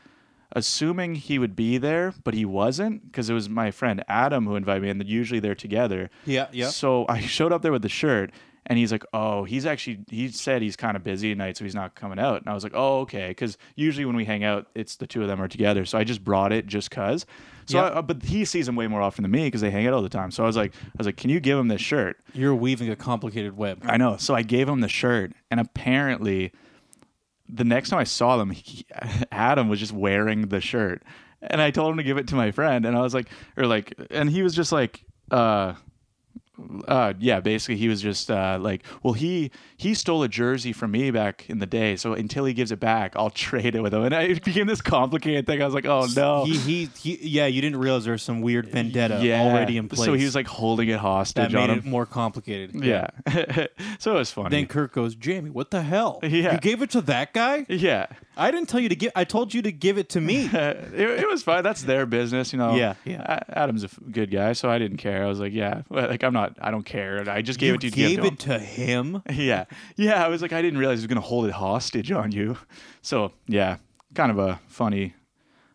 S1: assuming he would be there but he wasn't because it was my friend adam who invited me and usually they're together
S2: Yeah, yeah.
S1: so i showed up there with the shirt and he's like oh he's actually he said he's kind of busy tonight so he's not coming out and i was like oh okay because usually when we hang out it's the two of them are together so i just brought it just cuz so
S2: Yeah.
S1: I, uh, but he sees him way more often than me because they hang out all the time so i was like i was like can you give him this shirt
S2: "You're weaving a complicated web."
S1: I know. So I gave him the shirt, and apparently, the next time I saw them, he, (laughs) Adam was just wearing the shirt, and I told him to give it to my friend, and I was like, or like, and he was just like, uh. Uh, yeah, basically he was just uh, like, well, he he stole a jersey from me back in the day, so until he gives it back, I'll (laughs) trade it with him. And I, it became this complicated thing. I was like, oh no,
S2: He, he, he, yeah, you didn't realize there was some weird vendetta already in place.
S1: So he was like holding it
S2: that
S1: hostage
S2: made
S1: on
S2: it
S1: him.
S2: more complicated.
S1: Yeah, (laughs) so it was funny.
S2: Then Kirk goes, Jamie, what the hell?
S1: Yeah.
S2: You gave it to that guy?
S1: yeah,
S2: I didn't tell you to give. I told you to give it to me.
S1: Uh, it, it was fine. That's their business, you know.
S2: Yeah, yeah.
S1: A- Adam's a f- good guy, so I didn't care. I was like, yeah, well, like I'm not. I don't care. And I just (laughs) gave
S2: you
S1: it to you. to give
S2: gave
S1: to
S2: it to him.
S1: him. (laughs) Yeah, yeah. I was like, I didn't realize he was gonna hold it hostage on you. So yeah, kind of a funny.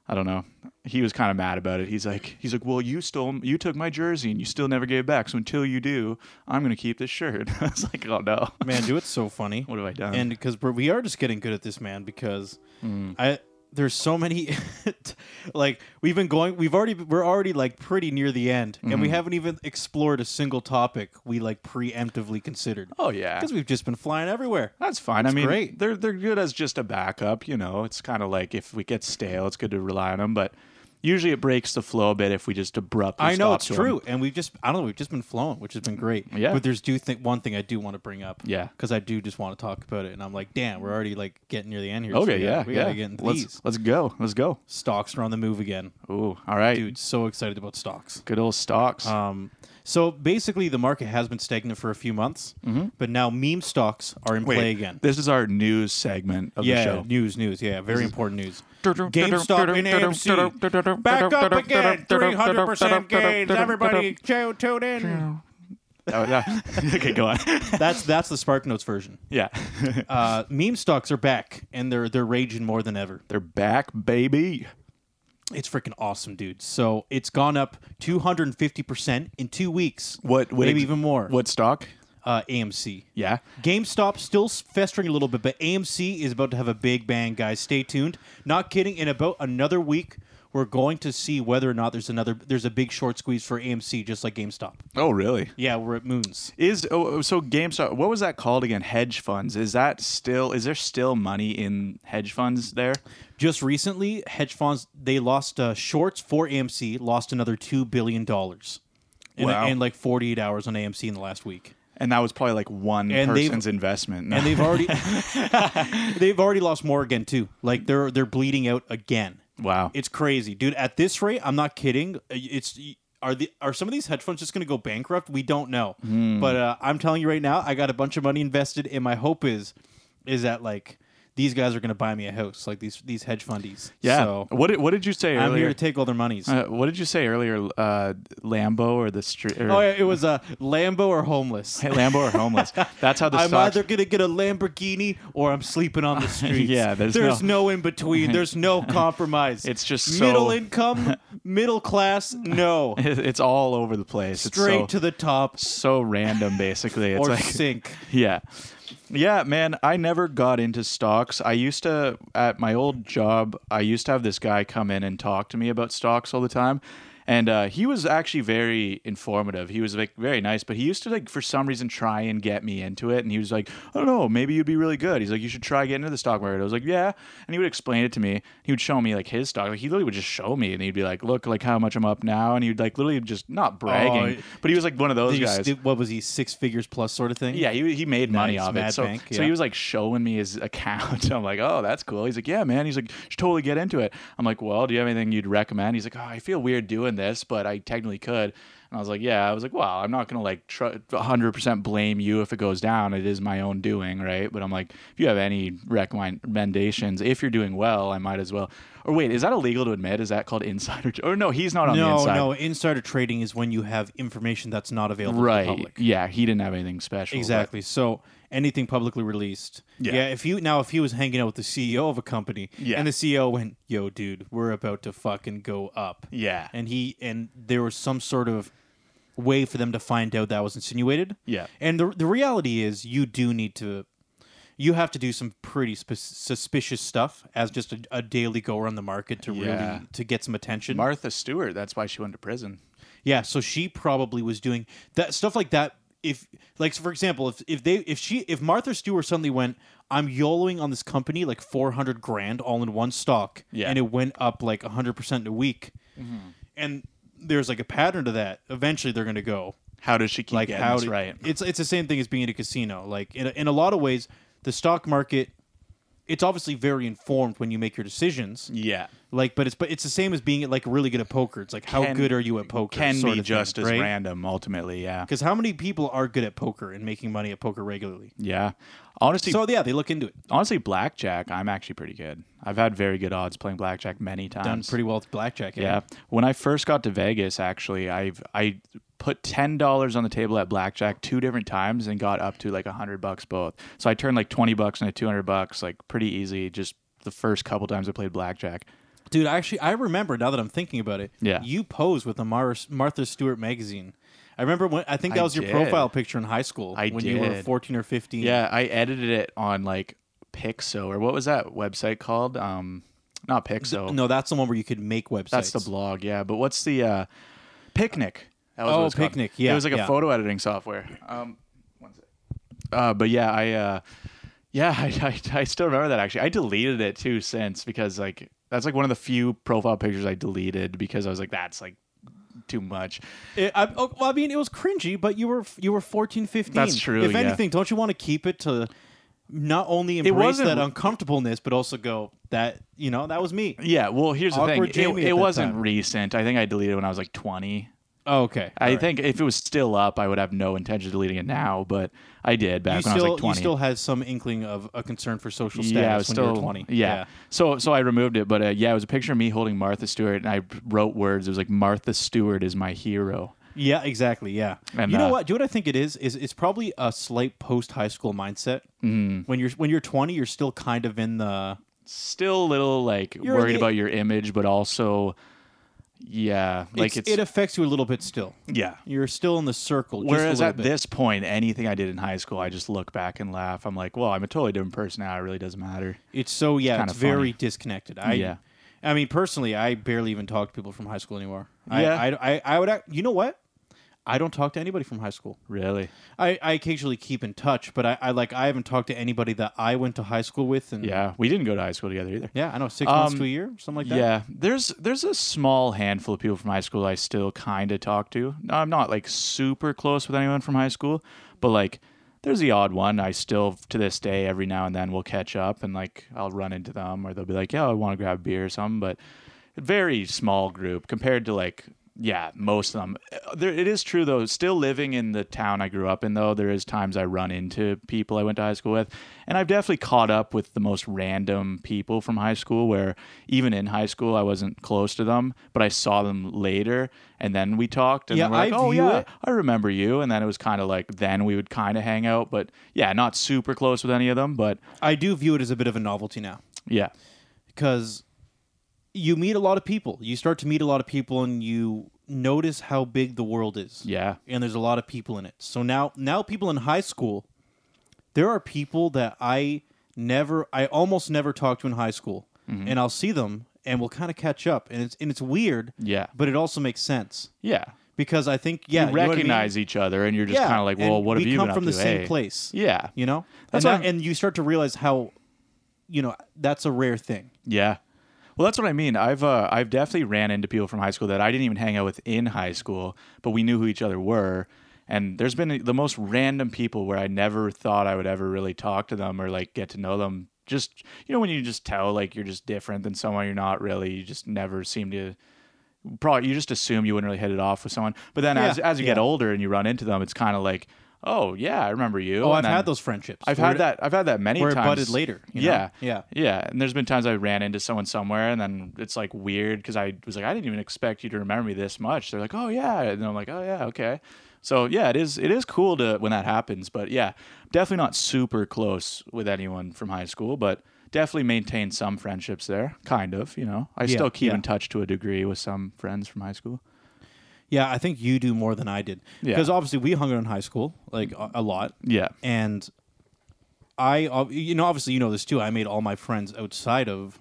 S1: I don't know. He was kind of mad about it. He's like, he's like, well, you stole, you took my jersey, and you still never gave it back. So until you do, I'm gonna keep this shirt. (laughs) I was like, oh no,
S2: Man, dude, it's so funny.
S1: what have I done? Mm.
S2: and because we are just getting good at this, man. Because I there's so many, (laughs) like we've been going. We've already we're already like pretty near the end, and
S1: Mm-hmm.
S2: we haven't even explored a single topic we like preemptively considered.
S1: oh yeah,
S2: Because we've just been flying everywhere.
S1: That's fine. I mean,
S2: great.
S1: they're they're good as just a backup. You know, it's kind of like if we get stale, it's good to rely on them. But usually, it breaks the flow a bit if we just abruptly.
S2: I know
S1: stop
S2: it's
S1: to 'em.
S2: true, and we've just I don't know we've just been flown, which has been great.
S1: Yeah.
S2: But there's do think one thing I do want to bring up.
S1: Yeah.
S2: Because I do just want to talk about it, and I'm like, damn, we're already like getting near the end here. so
S1: Okay,
S2: we
S1: Oh, yeah,
S2: gotta- we
S1: yeah.
S2: gotta get into
S1: let's
S2: these.
S1: let's go. Let's go.
S2: Stocks are on the move again,
S1: Ooh, all right,
S2: dude. So excited about stocks.
S1: Good old stocks.
S2: Um, so basically, the market has been stagnant for a few months,
S1: Mm-hmm.
S2: but now meme stocks are in play again.
S1: This is our news segment of
S2: yeah,
S1: the
S2: (laughs)
S1: show.
S2: news, news. Yeah, very important news. GameStop and AMC back up again, 300% gains. Everybody tu- tune in.
S1: Oh, yeah. (laughs) okay, go on.
S2: (laughs) That's that's the Spark Notes version.
S1: Yeah,
S2: Uh, meme stocks are back, and they're they're raging more than ever.
S1: they're back, baby.
S2: It's freaking awesome, dude. So it's gone up 250% in two weeks.
S1: What? what
S2: Maybe
S1: ex-
S2: even more.
S1: What stock?
S2: Uh, AMC.
S1: Yeah.
S2: GameStop still s- festering a little bit, but AMC is about to have a big bang, guys. Stay tuned. Not kidding. In about another week, we're going to see whether or not there's another there's a big short squeeze for AMC, just like GameStop.
S1: Oh, really?
S2: Yeah, we're at Moons.
S1: Is oh, oh, so GameStop? What was that called again? Hedge funds. Is that still? Is there still money in hedge funds there?
S2: Just recently, hedge funds they lost uh, shorts for AMC, lost another two billion dollars, in,
S1: Wow.
S2: in like 48 hours on AMC in the last week.
S1: And that was probably like one
S2: And they've-
S1: person's investment.
S2: and they've already they've already lost more again too. Like they're they're bleeding out again.
S1: Wow.
S2: it's crazy, dude. At this rate, I'm not kidding. It's are the are some of these hedge funds just going to go bankrupt? We don't know.
S1: Hmm.
S2: But uh, I'm telling you right now, I got a bunch of money invested, and my hope is is that like. these guys are going to buy me a house, like these these hedge fundies.
S1: (laughs) Yeah.
S2: So
S1: what did, What did you say
S2: I'm
S1: earlier?
S2: here to take all their monies.
S1: uh, what did you say earlier? Uh, Lambo or the street? Or,
S2: oh yeah, it was uh, Lambo or homeless.
S1: Hey, (laughs) Lambo or homeless? That's how the
S2: (laughs) I'm
S1: stocks.
S2: either gonna get a Lamborghini or I'm sleeping
S1: (laughs)
S2: on the streets.
S1: Yeah, there's
S2: no, in
S1: (laughs)
S2: between. There's no compromise.
S1: It's just so- (laughs)
S2: middle income, middle class. No,
S1: It's all over the place. (laughs)
S2: straight
S1: it's so,
S2: to the top
S1: so random, basically. It's
S2: or
S1: like
S2: sink.
S1: (laughs) yeah yeah man i never got into stocks i used to at my old job i used to have this guy come in and talk to me about stocks all the time and uh, he was actually very informative he was like very nice but he used to like for some reason try and get me into it and he was like i don't know maybe you'd be really good he's like you should try getting into the stock market i was like yeah and he would explain it to me he would show me like his stock like he literally would just show me and he'd be like look like how much i'm up now and he would like literally just not bragging
S2: Oh,
S1: but he was like one of those
S2: Did you
S1: guys
S2: st- what was he? Six figures plus sort of thing.
S1: yeah, he, he made money
S2: Nice,
S1: off it.
S2: Mad
S1: So,
S2: Bank,
S1: so
S2: yeah.
S1: he was like showing me his account. (laughs) I'm like, oh, that's cool. He's like, yeah, man. He's like, should totally get into it. I'm like, well, do you have anything you'd recommend? He's like, oh, I feel weird doing this, but I technically could. And I was like, yeah. I was like, well, I'm not gonna like tr- 100% blame you if it goes down. It is my own doing, right? But I'm like, if you have any recommendations, if you're doing well, I might as well. Or wait, is that illegal to admit? Is that called insider? Or no, he's not on the
S2: No,
S1: inside.
S2: no. Insider trading is when you have information that's not available to the
S1: Right.
S2: public.
S1: Yeah, he didn't have anything special. but-
S2: Exactly. So anything publicly released.
S1: Yeah.
S2: If you now, if he was hanging out with the CEO of a company,
S1: Yeah.
S2: and the CEO went, "Yo, dude, we're about to fucking go up."
S1: Yeah.
S2: And he and there was some sort of way for them to find out that was insinuated.
S1: Yeah.
S2: And the the reality is, you do need to. You have to do some pretty sp- suspicious stuff as just a, a daily goer on the market to
S1: Yeah.
S2: really to get some attention.
S1: Martha Stewart. That's why she went to prison.
S2: Yeah, so she probably was doing that stuff like that. If like for example, if if they if she if Martha Stewart suddenly went, I'm YOLOing on this company like four hundred grand all in one stock,
S1: Yeah. Mm-hmm.
S2: and it went up like hundred percent in a week, and there's like a pattern to that. Eventually, they're gonna go
S1: How does she keep
S2: like
S1: getting
S2: how
S1: this
S2: do-
S1: right?
S2: It's it's the same thing as being at a casino. Like in a, in a lot of ways, the stock market, it's obviously very informed when you make your decisions.
S1: Yeah,
S2: Like, but it's but it's the same as being like really good at poker. It's like how
S1: Can-
S2: good are you at poker?
S1: can
S2: sort
S1: be
S2: of thing,
S1: just as
S2: right?
S1: random ultimately. Yeah,
S2: Because how many people are good at poker and making money at poker regularly?
S1: yeah. Honestly,
S2: So yeah, they look into it.
S1: honestly, blackjack. I'm actually pretty good. I've had very good odds playing blackjack many times.
S2: Done pretty well with blackjack. eh?
S1: Yeah. When I first got to Vegas, actually, I I put ten dollars on the table at blackjack two different times and got up to like a hundred bucks both. So I turned like twenty bucks into two hundred bucks, like pretty easy. Just the first couple times I played blackjack.
S2: dude. Actually, I remember now that I'm thinking about it.
S1: Yeah.
S2: you posed with a Mar- Martha Stewart magazine. I remember when I think that
S1: I
S2: was your
S1: did.
S2: profile picture in high school
S1: I
S2: when you were
S1: did.
S2: 14 or 15.
S1: Yeah, I edited it on like Pixo or what was that website called? Um, not Pixo.
S2: No, that's the one where you could make websites.
S1: that's the blog. Yeah, but what's the uh, picnic? That was
S2: Oh,
S1: what it's called.
S2: Picnic, yeah,
S1: it was like
S2: yeah.
S1: a photo editing software. Um, one sec. Uh, but yeah, I uh, yeah, (laughs) I, I I still remember that actually. I deleted it too since because like that's like one of the few profile pictures I deleted because I was like that's like too much.
S2: It, I, oh, well, I mean, it was cringy, but you were you were 14, 15.
S1: That's true,
S2: If
S1: yeah.
S2: anything, don't you want to keep it to not only embrace
S1: wasn't-
S2: that uncomfortableness, but also go that you know that was me.
S1: Yeah, well, here's the thing.
S2: Awkward
S1: It,
S2: Jamie at
S1: it
S2: that
S1: wasn't
S2: time.
S1: recent. I think I deleted it when I was like 20.
S2: Oh, okay.
S1: I
S2: All right.
S1: think if it was still up, I would have no intention of deleting it now, but I did back
S2: you
S1: when
S2: still
S1: I was like 20.
S2: you still had some inkling of a concern for social status
S1: yeah, I
S2: when
S1: was still
S2: you were 20.
S1: Yeah. So so I removed it, but uh, yeah, it was a picture of me holding Martha Stewart, and I wrote words. It was like Martha Stewart is my hero.
S2: Yeah, exactly. Yeah.
S1: And,
S2: you know
S1: uh,
S2: what? Do you know what I think it is? Is it's probably a slight post high school mindset.
S1: Mm-hmm.
S2: Mm. When you're when you're 20, you're still kind of in the
S1: Still a little like
S2: You're
S1: worried
S2: the-
S1: about your image, but also, yeah, like it's,
S2: it's- it affects you a little bit still.
S1: yeah.
S2: You're still in the circle. just a
S1: Whereas
S2: little
S1: at
S2: bit.
S1: this point, anything I did in high school, I just look back and laugh. I'm like, well, I'm a totally different person now. It really doesn't matter.
S2: It's so yeah,
S1: kinda
S2: it's, very disconnected. I
S1: Yeah.
S2: I mean personally, I barely even talk to people from high school anymore.
S1: Yeah.
S2: I I, I, I would act, you know what? I don't talk to anybody from high school.
S1: Really?
S2: I, I occasionally keep in touch, but I, I like I haven't talked to anybody that I went to high school with and
S1: Yeah. We didn't go to high school together either.
S2: yeah, I know six months
S1: Um,
S2: to a year, something like that.
S1: Yeah, there's there's a small handful of people from high school I still kind of talk to. I'm not like super close with anyone from high school, but like there's the odd one I still to this day every now and then we'll catch up and like I'll run into them or they'll be like, "Yeah, I want to grab a beer or something," but very small group compared to like yeah, most of them. Uh, There, it is true though. Still living in the town I grew up in, though, there is times I run into people I went to high school with, and I've definitely caught up with the most random people from high school. Where even in high school, I wasn't close to them, but I saw them later, and then we talked. And
S2: Yeah,
S1: then we're like,
S2: I
S1: oh
S2: view
S1: yeah,
S2: it-
S1: I remember you. And then it was kind of like then we would kind of hang out, but yeah, not super close with any of them. But
S2: I do view it as a bit of a novelty now
S1: yeah,
S2: because you meet a lot of people. You start to meet a lot of people and you notice how big the world is.
S1: yeah,
S2: and there's a lot of people in it. So now now people in high school, there are people that I never I almost never talked to in high school.
S1: Mm-hmm.
S2: And I'll see them and we'll kind of catch up and it's and it's weird,
S1: yeah,
S2: but it also makes sense
S1: yeah.
S2: because I think
S1: you
S2: yeah, know what I mean?
S1: recognize each other, and you're just
S2: Yeah,
S1: kind of like,
S2: and
S1: well, what have
S2: we
S1: you
S2: come
S1: been
S2: from
S1: up
S2: the
S1: to?
S2: same
S1: Hey.
S2: place.
S1: Yeah,
S2: You know?
S1: That's
S2: and,
S1: what I'm-
S2: that- and you start to realize how you know, that's a rare thing.
S1: Yeah. Well, that's what I mean. I've uh, I've definitely ran into people from high school that I didn't even hang out with in high school, but we knew who each other were. And there's been the most random people where I never thought I would ever really talk to them or like get to know them. Just you know when you just tell like you're just different than someone you're not really. You just never seem to probably you just assume you wouldn't really hit it off with someone. But then as
S2: Yeah,
S1: as you get
S2: yeah.
S1: older and you run into them, it's kind of like, oh yeah, I remember you.
S2: Oh,
S1: And
S2: I've
S1: then-
S2: had those friendships.
S1: I've
S2: where
S1: had
S2: it-
S1: that. I've had that many
S2: where it
S1: times.
S2: budded later, you know?
S1: Yeah,
S2: Yeah.
S1: yeah. And there's been times I ran into someone somewhere, and then it's like weird because I was like, I didn't even expect you to remember me this much. They're like, oh yeah, and I'm like, oh yeah, okay. So yeah, it is. It is cool to when that happens, but yeah, definitely not super close with anyone from high school, but definitely maintain some friendships there. Kind of, you know. I
S2: Yeah,
S1: still keep
S2: yeah.
S1: in touch to a degree with some friends from high school.
S2: Yeah, I think you do more than I did.
S1: Yeah.
S2: Because obviously we hung out in high school like a, a lot.
S1: Yeah,
S2: and I, ob- you know, obviously you know this too. I made all my friends outside of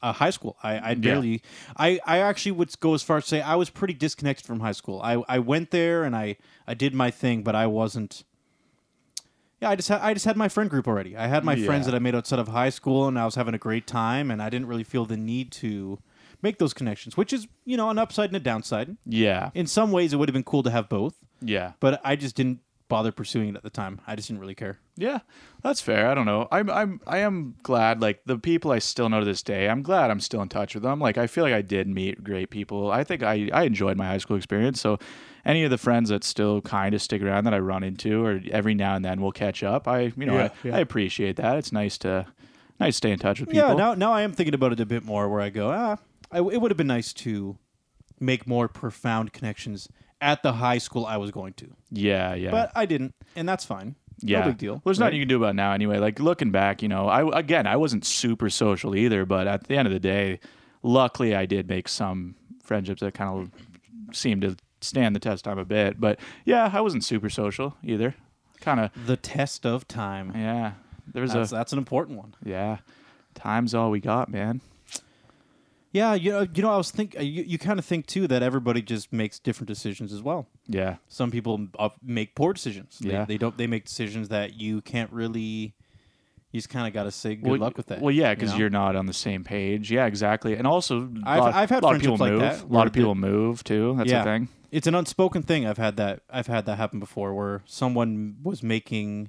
S2: uh, high school. I, I barely, I, I actually would go as far as to say I was pretty disconnected from high school. I, I went there and I, I did my thing, but I wasn't. Yeah, I just had I just had my friend group already. I had my friends
S1: Yeah.
S2: that I made outside of high school, and I was having a great time, and I didn't really feel the need to make those connections, which is you know an upside and a downside.
S1: yeah,
S2: In some ways, it would have been cool to have both,
S1: yeah.
S2: but I just didn't bother pursuing it at the time. I just didn't really care.
S1: Yeah, that's fair. I don't know. I'm I'm I am glad like the people I still know to this day. I'm glad I'm still in touch with them. Like I feel like I did meet great people. I think I I enjoyed my high school experience. So any of the friends that still kind of stick around that I run into or every now and then we'll catch up. I you know,
S2: Yeah,
S1: I,
S2: yeah.
S1: I appreciate that. It's nice to nice to stay in touch with people.
S2: Yeah, now now I am thinking about it a bit more. Where I go, ah, I, it would have been nice to make more profound connections at the high school I was going to,
S1: yeah, yeah.
S2: but I didn't, and that's fine.
S1: Yeah,
S2: no big deal.
S1: Well, there's nothing you can do about it now anyway. Like looking back, you know, I again, I wasn't super social either, but at the end of the day, luckily I did make some friendships that kind of seemed to stand the test of time a bit. But yeah, I wasn't super social either. Kind of
S2: the test of time.
S1: yeah. There was
S2: That's,
S1: a
S2: that's an important one.
S1: yeah. Time's all we got, man.
S2: Yeah, you know, you know, I was think uh, you, you kind of think too that everybody just makes different decisions as well.
S1: Yeah,
S2: Some people uh, make poor decisions. They-
S1: Yeah.
S2: they, don't. They make decisions that you can't really. You just kind of got to say good
S1: well,
S2: luck with that.
S1: Well, yeah, because
S2: you know?
S1: you're not on the same page. Yeah, exactly. And also,
S2: I've-
S1: lot,
S2: I've had
S1: lot of people
S2: friendships like
S1: move.
S2: that,
S1: A
S2: where
S1: lot of
S2: the-
S1: people move too. That's a thing.
S2: It's an unspoken thing. I've had that. I've had that happen before, where someone was making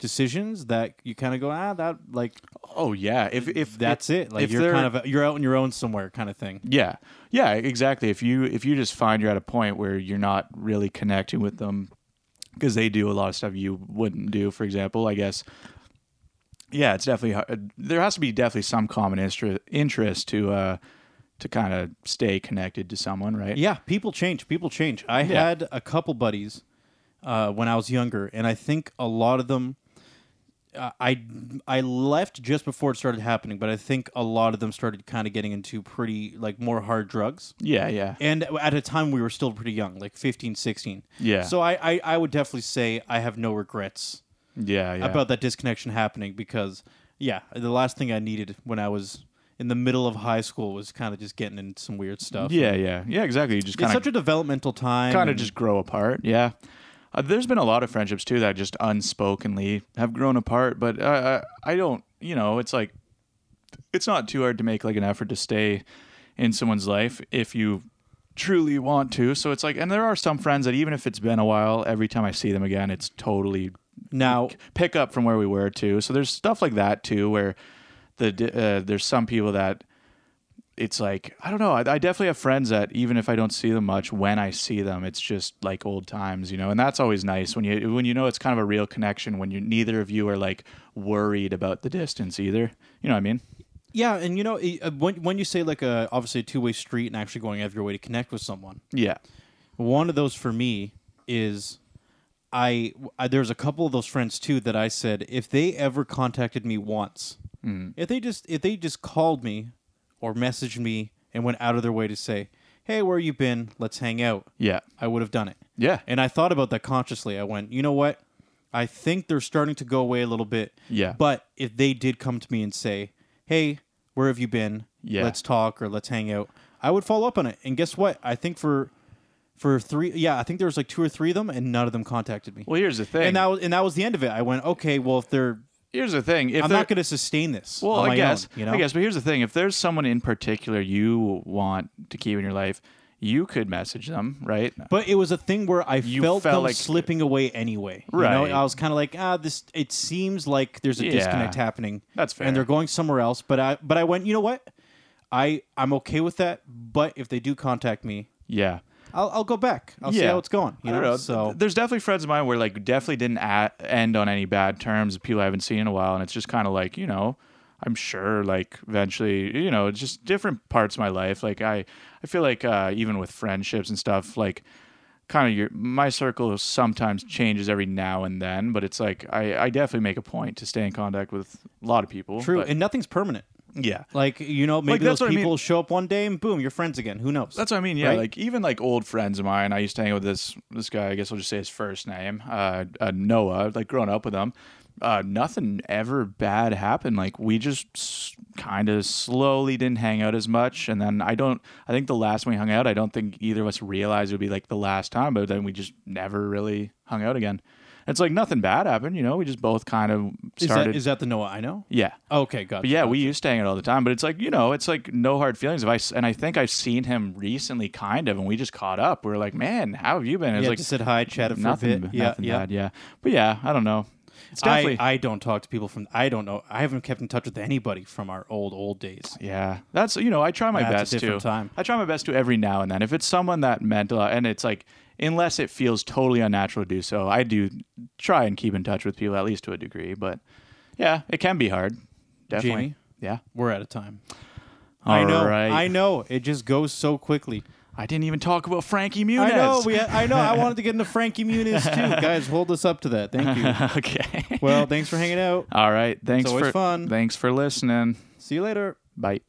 S2: decisions that you kind of go, ah, that like
S1: Oh yeah. If if
S2: that's it. Like you're
S1: they're-
S2: kind of you're out on your own somewhere, kind of thing.
S1: Yeah. Yeah, exactly. If you if you just find you're at a point where you're not really connecting with them because they do a lot of stuff you wouldn't do, for example, I guess. Yeah, it's definitely hard. there has to be definitely some common interest interest to uh to kind of stay connected to someone, right?
S2: Yeah, people change. People change. I
S1: Yeah.
S2: had a couple buddies uh, when I was younger, and I think a lot of them. Uh, I I left just before it started happening, but I think a lot of them started kind of getting into pretty like more hard drugs.
S1: Yeah, yeah.
S2: and at a time we were still pretty young like 15 16
S1: Yeah.
S2: so i i, I would definitely say i have no regrets
S1: Yeah, yeah.
S2: about that disconnection happening because yeah the last thing i needed when i was in the middle of high school was kind of just getting in some weird stuff
S1: yeah, yeah. Yeah, exactly. You just
S2: it's
S1: kind of
S2: such a developmental time
S1: kind of
S2: and-
S1: just grow apart. Yeah. Uh, there's been a lot of friendships too that just unspokenly have grown apart, but uh, I I don't, you know, it's like it's not too hard to make like an effort to stay in someone's life if you truly want to. So it's like and there are some friends that even if it's been a while, every time I see them again, it's totally
S2: now
S1: pick up from where we were too. So there's stuff like that too, where the di- uh, there's some people that it's like I don't know. I, I definitely have friends that even if I don't see them much, when I see them, it's just like old times, you know. And that's always nice when you when you know it's kind of a real connection when you neither of you are like worried about the distance either. You know what I mean?
S2: Yeah, and you know i- uh, when when you say like a obviously a two way street and actually going out of your way to connect with someone,
S1: Yeah.
S2: one of those for me is I, I there's a couple of those friends too that I said if they ever contacted me once, if they just if they just called me or messaged me and went out of their way to say, "Hey, where you been? Let's hang out."
S1: Yeah.
S2: I would have done it.
S1: Yeah.
S2: And I thought about that consciously. I went, "You know what? I think they're starting to go away a little bit."
S1: Yeah.
S2: But if they did come to me and say, "Hey, where have you been?
S1: Yeah.
S2: Let's talk or let's hang out," I would follow up on it. And guess what? I think for for three, yeah, I think there was like two or three of them, and none of them contacted me.
S1: Well, here's the thing.
S2: and that was and that was the end of it. I went, okay, well, if they're,
S1: here's the thing. If
S2: I'm
S1: they're-
S2: not going to sustain this.
S1: Well,
S2: on my
S1: I guess.
S2: own, you know,
S1: I guess. But here's the thing: if there's someone in particular you want to keep in your life, you could message them, right?
S2: But it was a thing where I
S1: You
S2: felt,
S1: felt
S2: them
S1: like-
S2: slipping away anyway. You know,
S1: Right.
S2: I was kind of like, ah, this. It seems like there's a
S1: Yeah.
S2: disconnect happening.
S1: That's fair.
S2: And they're going somewhere else. But I, but I went. You know what? I, I'm okay with that. But if they do contact me,
S1: yeah.
S2: I'll, I'll go back. I'll see
S1: Yeah.
S2: how it's going. You
S1: I don't know.
S2: So
S1: There's definitely friends of mine where like definitely didn't a end on any bad terms. People I haven't seen in a while, and it's just kind of like you know, I'm sure like eventually you know, it's just different parts of my life. Like I, I feel like uh, even with friendships and stuff, like kind of your my circle sometimes changes every now and then, but it's like I, I definitely make a point to stay in contact with a lot of people.
S2: true.
S1: but-
S2: and nothing's permanent.
S1: yeah.
S2: Like you know, maybe
S1: that's
S2: those
S1: what I mean.
S2: people show up one day and boom, you're friends again. Who knows?
S1: That's what I mean. Yeah,
S2: Right?
S1: like even like old friends of mine. I used to hang out with this this guy. I guess I'll just say his first name, uh, uh, Noah. Like growing up with him, uh, nothing ever bad happened. Like we just s- kind of slowly didn't hang out as much. And then I don't. I think the last time we hung out, I don't think either of us realized it would be like the last time. But then we just never really hung out again. It's like nothing bad happened. You know, we just both kind of
S2: is
S1: started.
S2: that is that the Noah I know?
S1: yeah.
S2: Okay, got
S1: But yeah, we used to hang out all the time. But it's like you know, it's like no hard feelings. If I s- and I think I've seen him recently, kind of, and we just caught up. We were like, man, how have you been? It was
S2: Yeah,
S1: like
S2: just said hi, chatted for
S1: nothing,
S2: a bit. Yeah,
S1: nothing
S2: yeah.
S1: bad. Yeah, but yeah, I don't know. It's
S2: I,
S1: definitely
S2: I don't talk to people from I don't know I haven't kept in touch with anybody from our old old days.
S1: yeah. That's you know, I try my
S2: That's a
S1: best
S2: different
S1: to.
S2: time.
S1: I try my best to every now and then. If it's someone that meant a lot, and it's like unless it feels totally unnatural to do so, I do try and keep in touch with people at least to a degree. But yeah, it can be hard. Definitely.
S2: Jamie?
S1: Yeah.
S2: We're out of time. I know.
S1: Alright.
S2: I know. It just goes so quickly.
S1: I didn't even talk about Frankie Muniz.
S2: I know. We. I know. I wanted to get into Frankie Muniz too, guys. Hold us up to that. Thank you.
S1: (laughs) okay.
S2: Well, thanks for hanging out.
S1: All right. Thanks
S2: always
S1: for
S2: fun.
S1: Thanks for listening.
S2: See you later.
S1: Bye.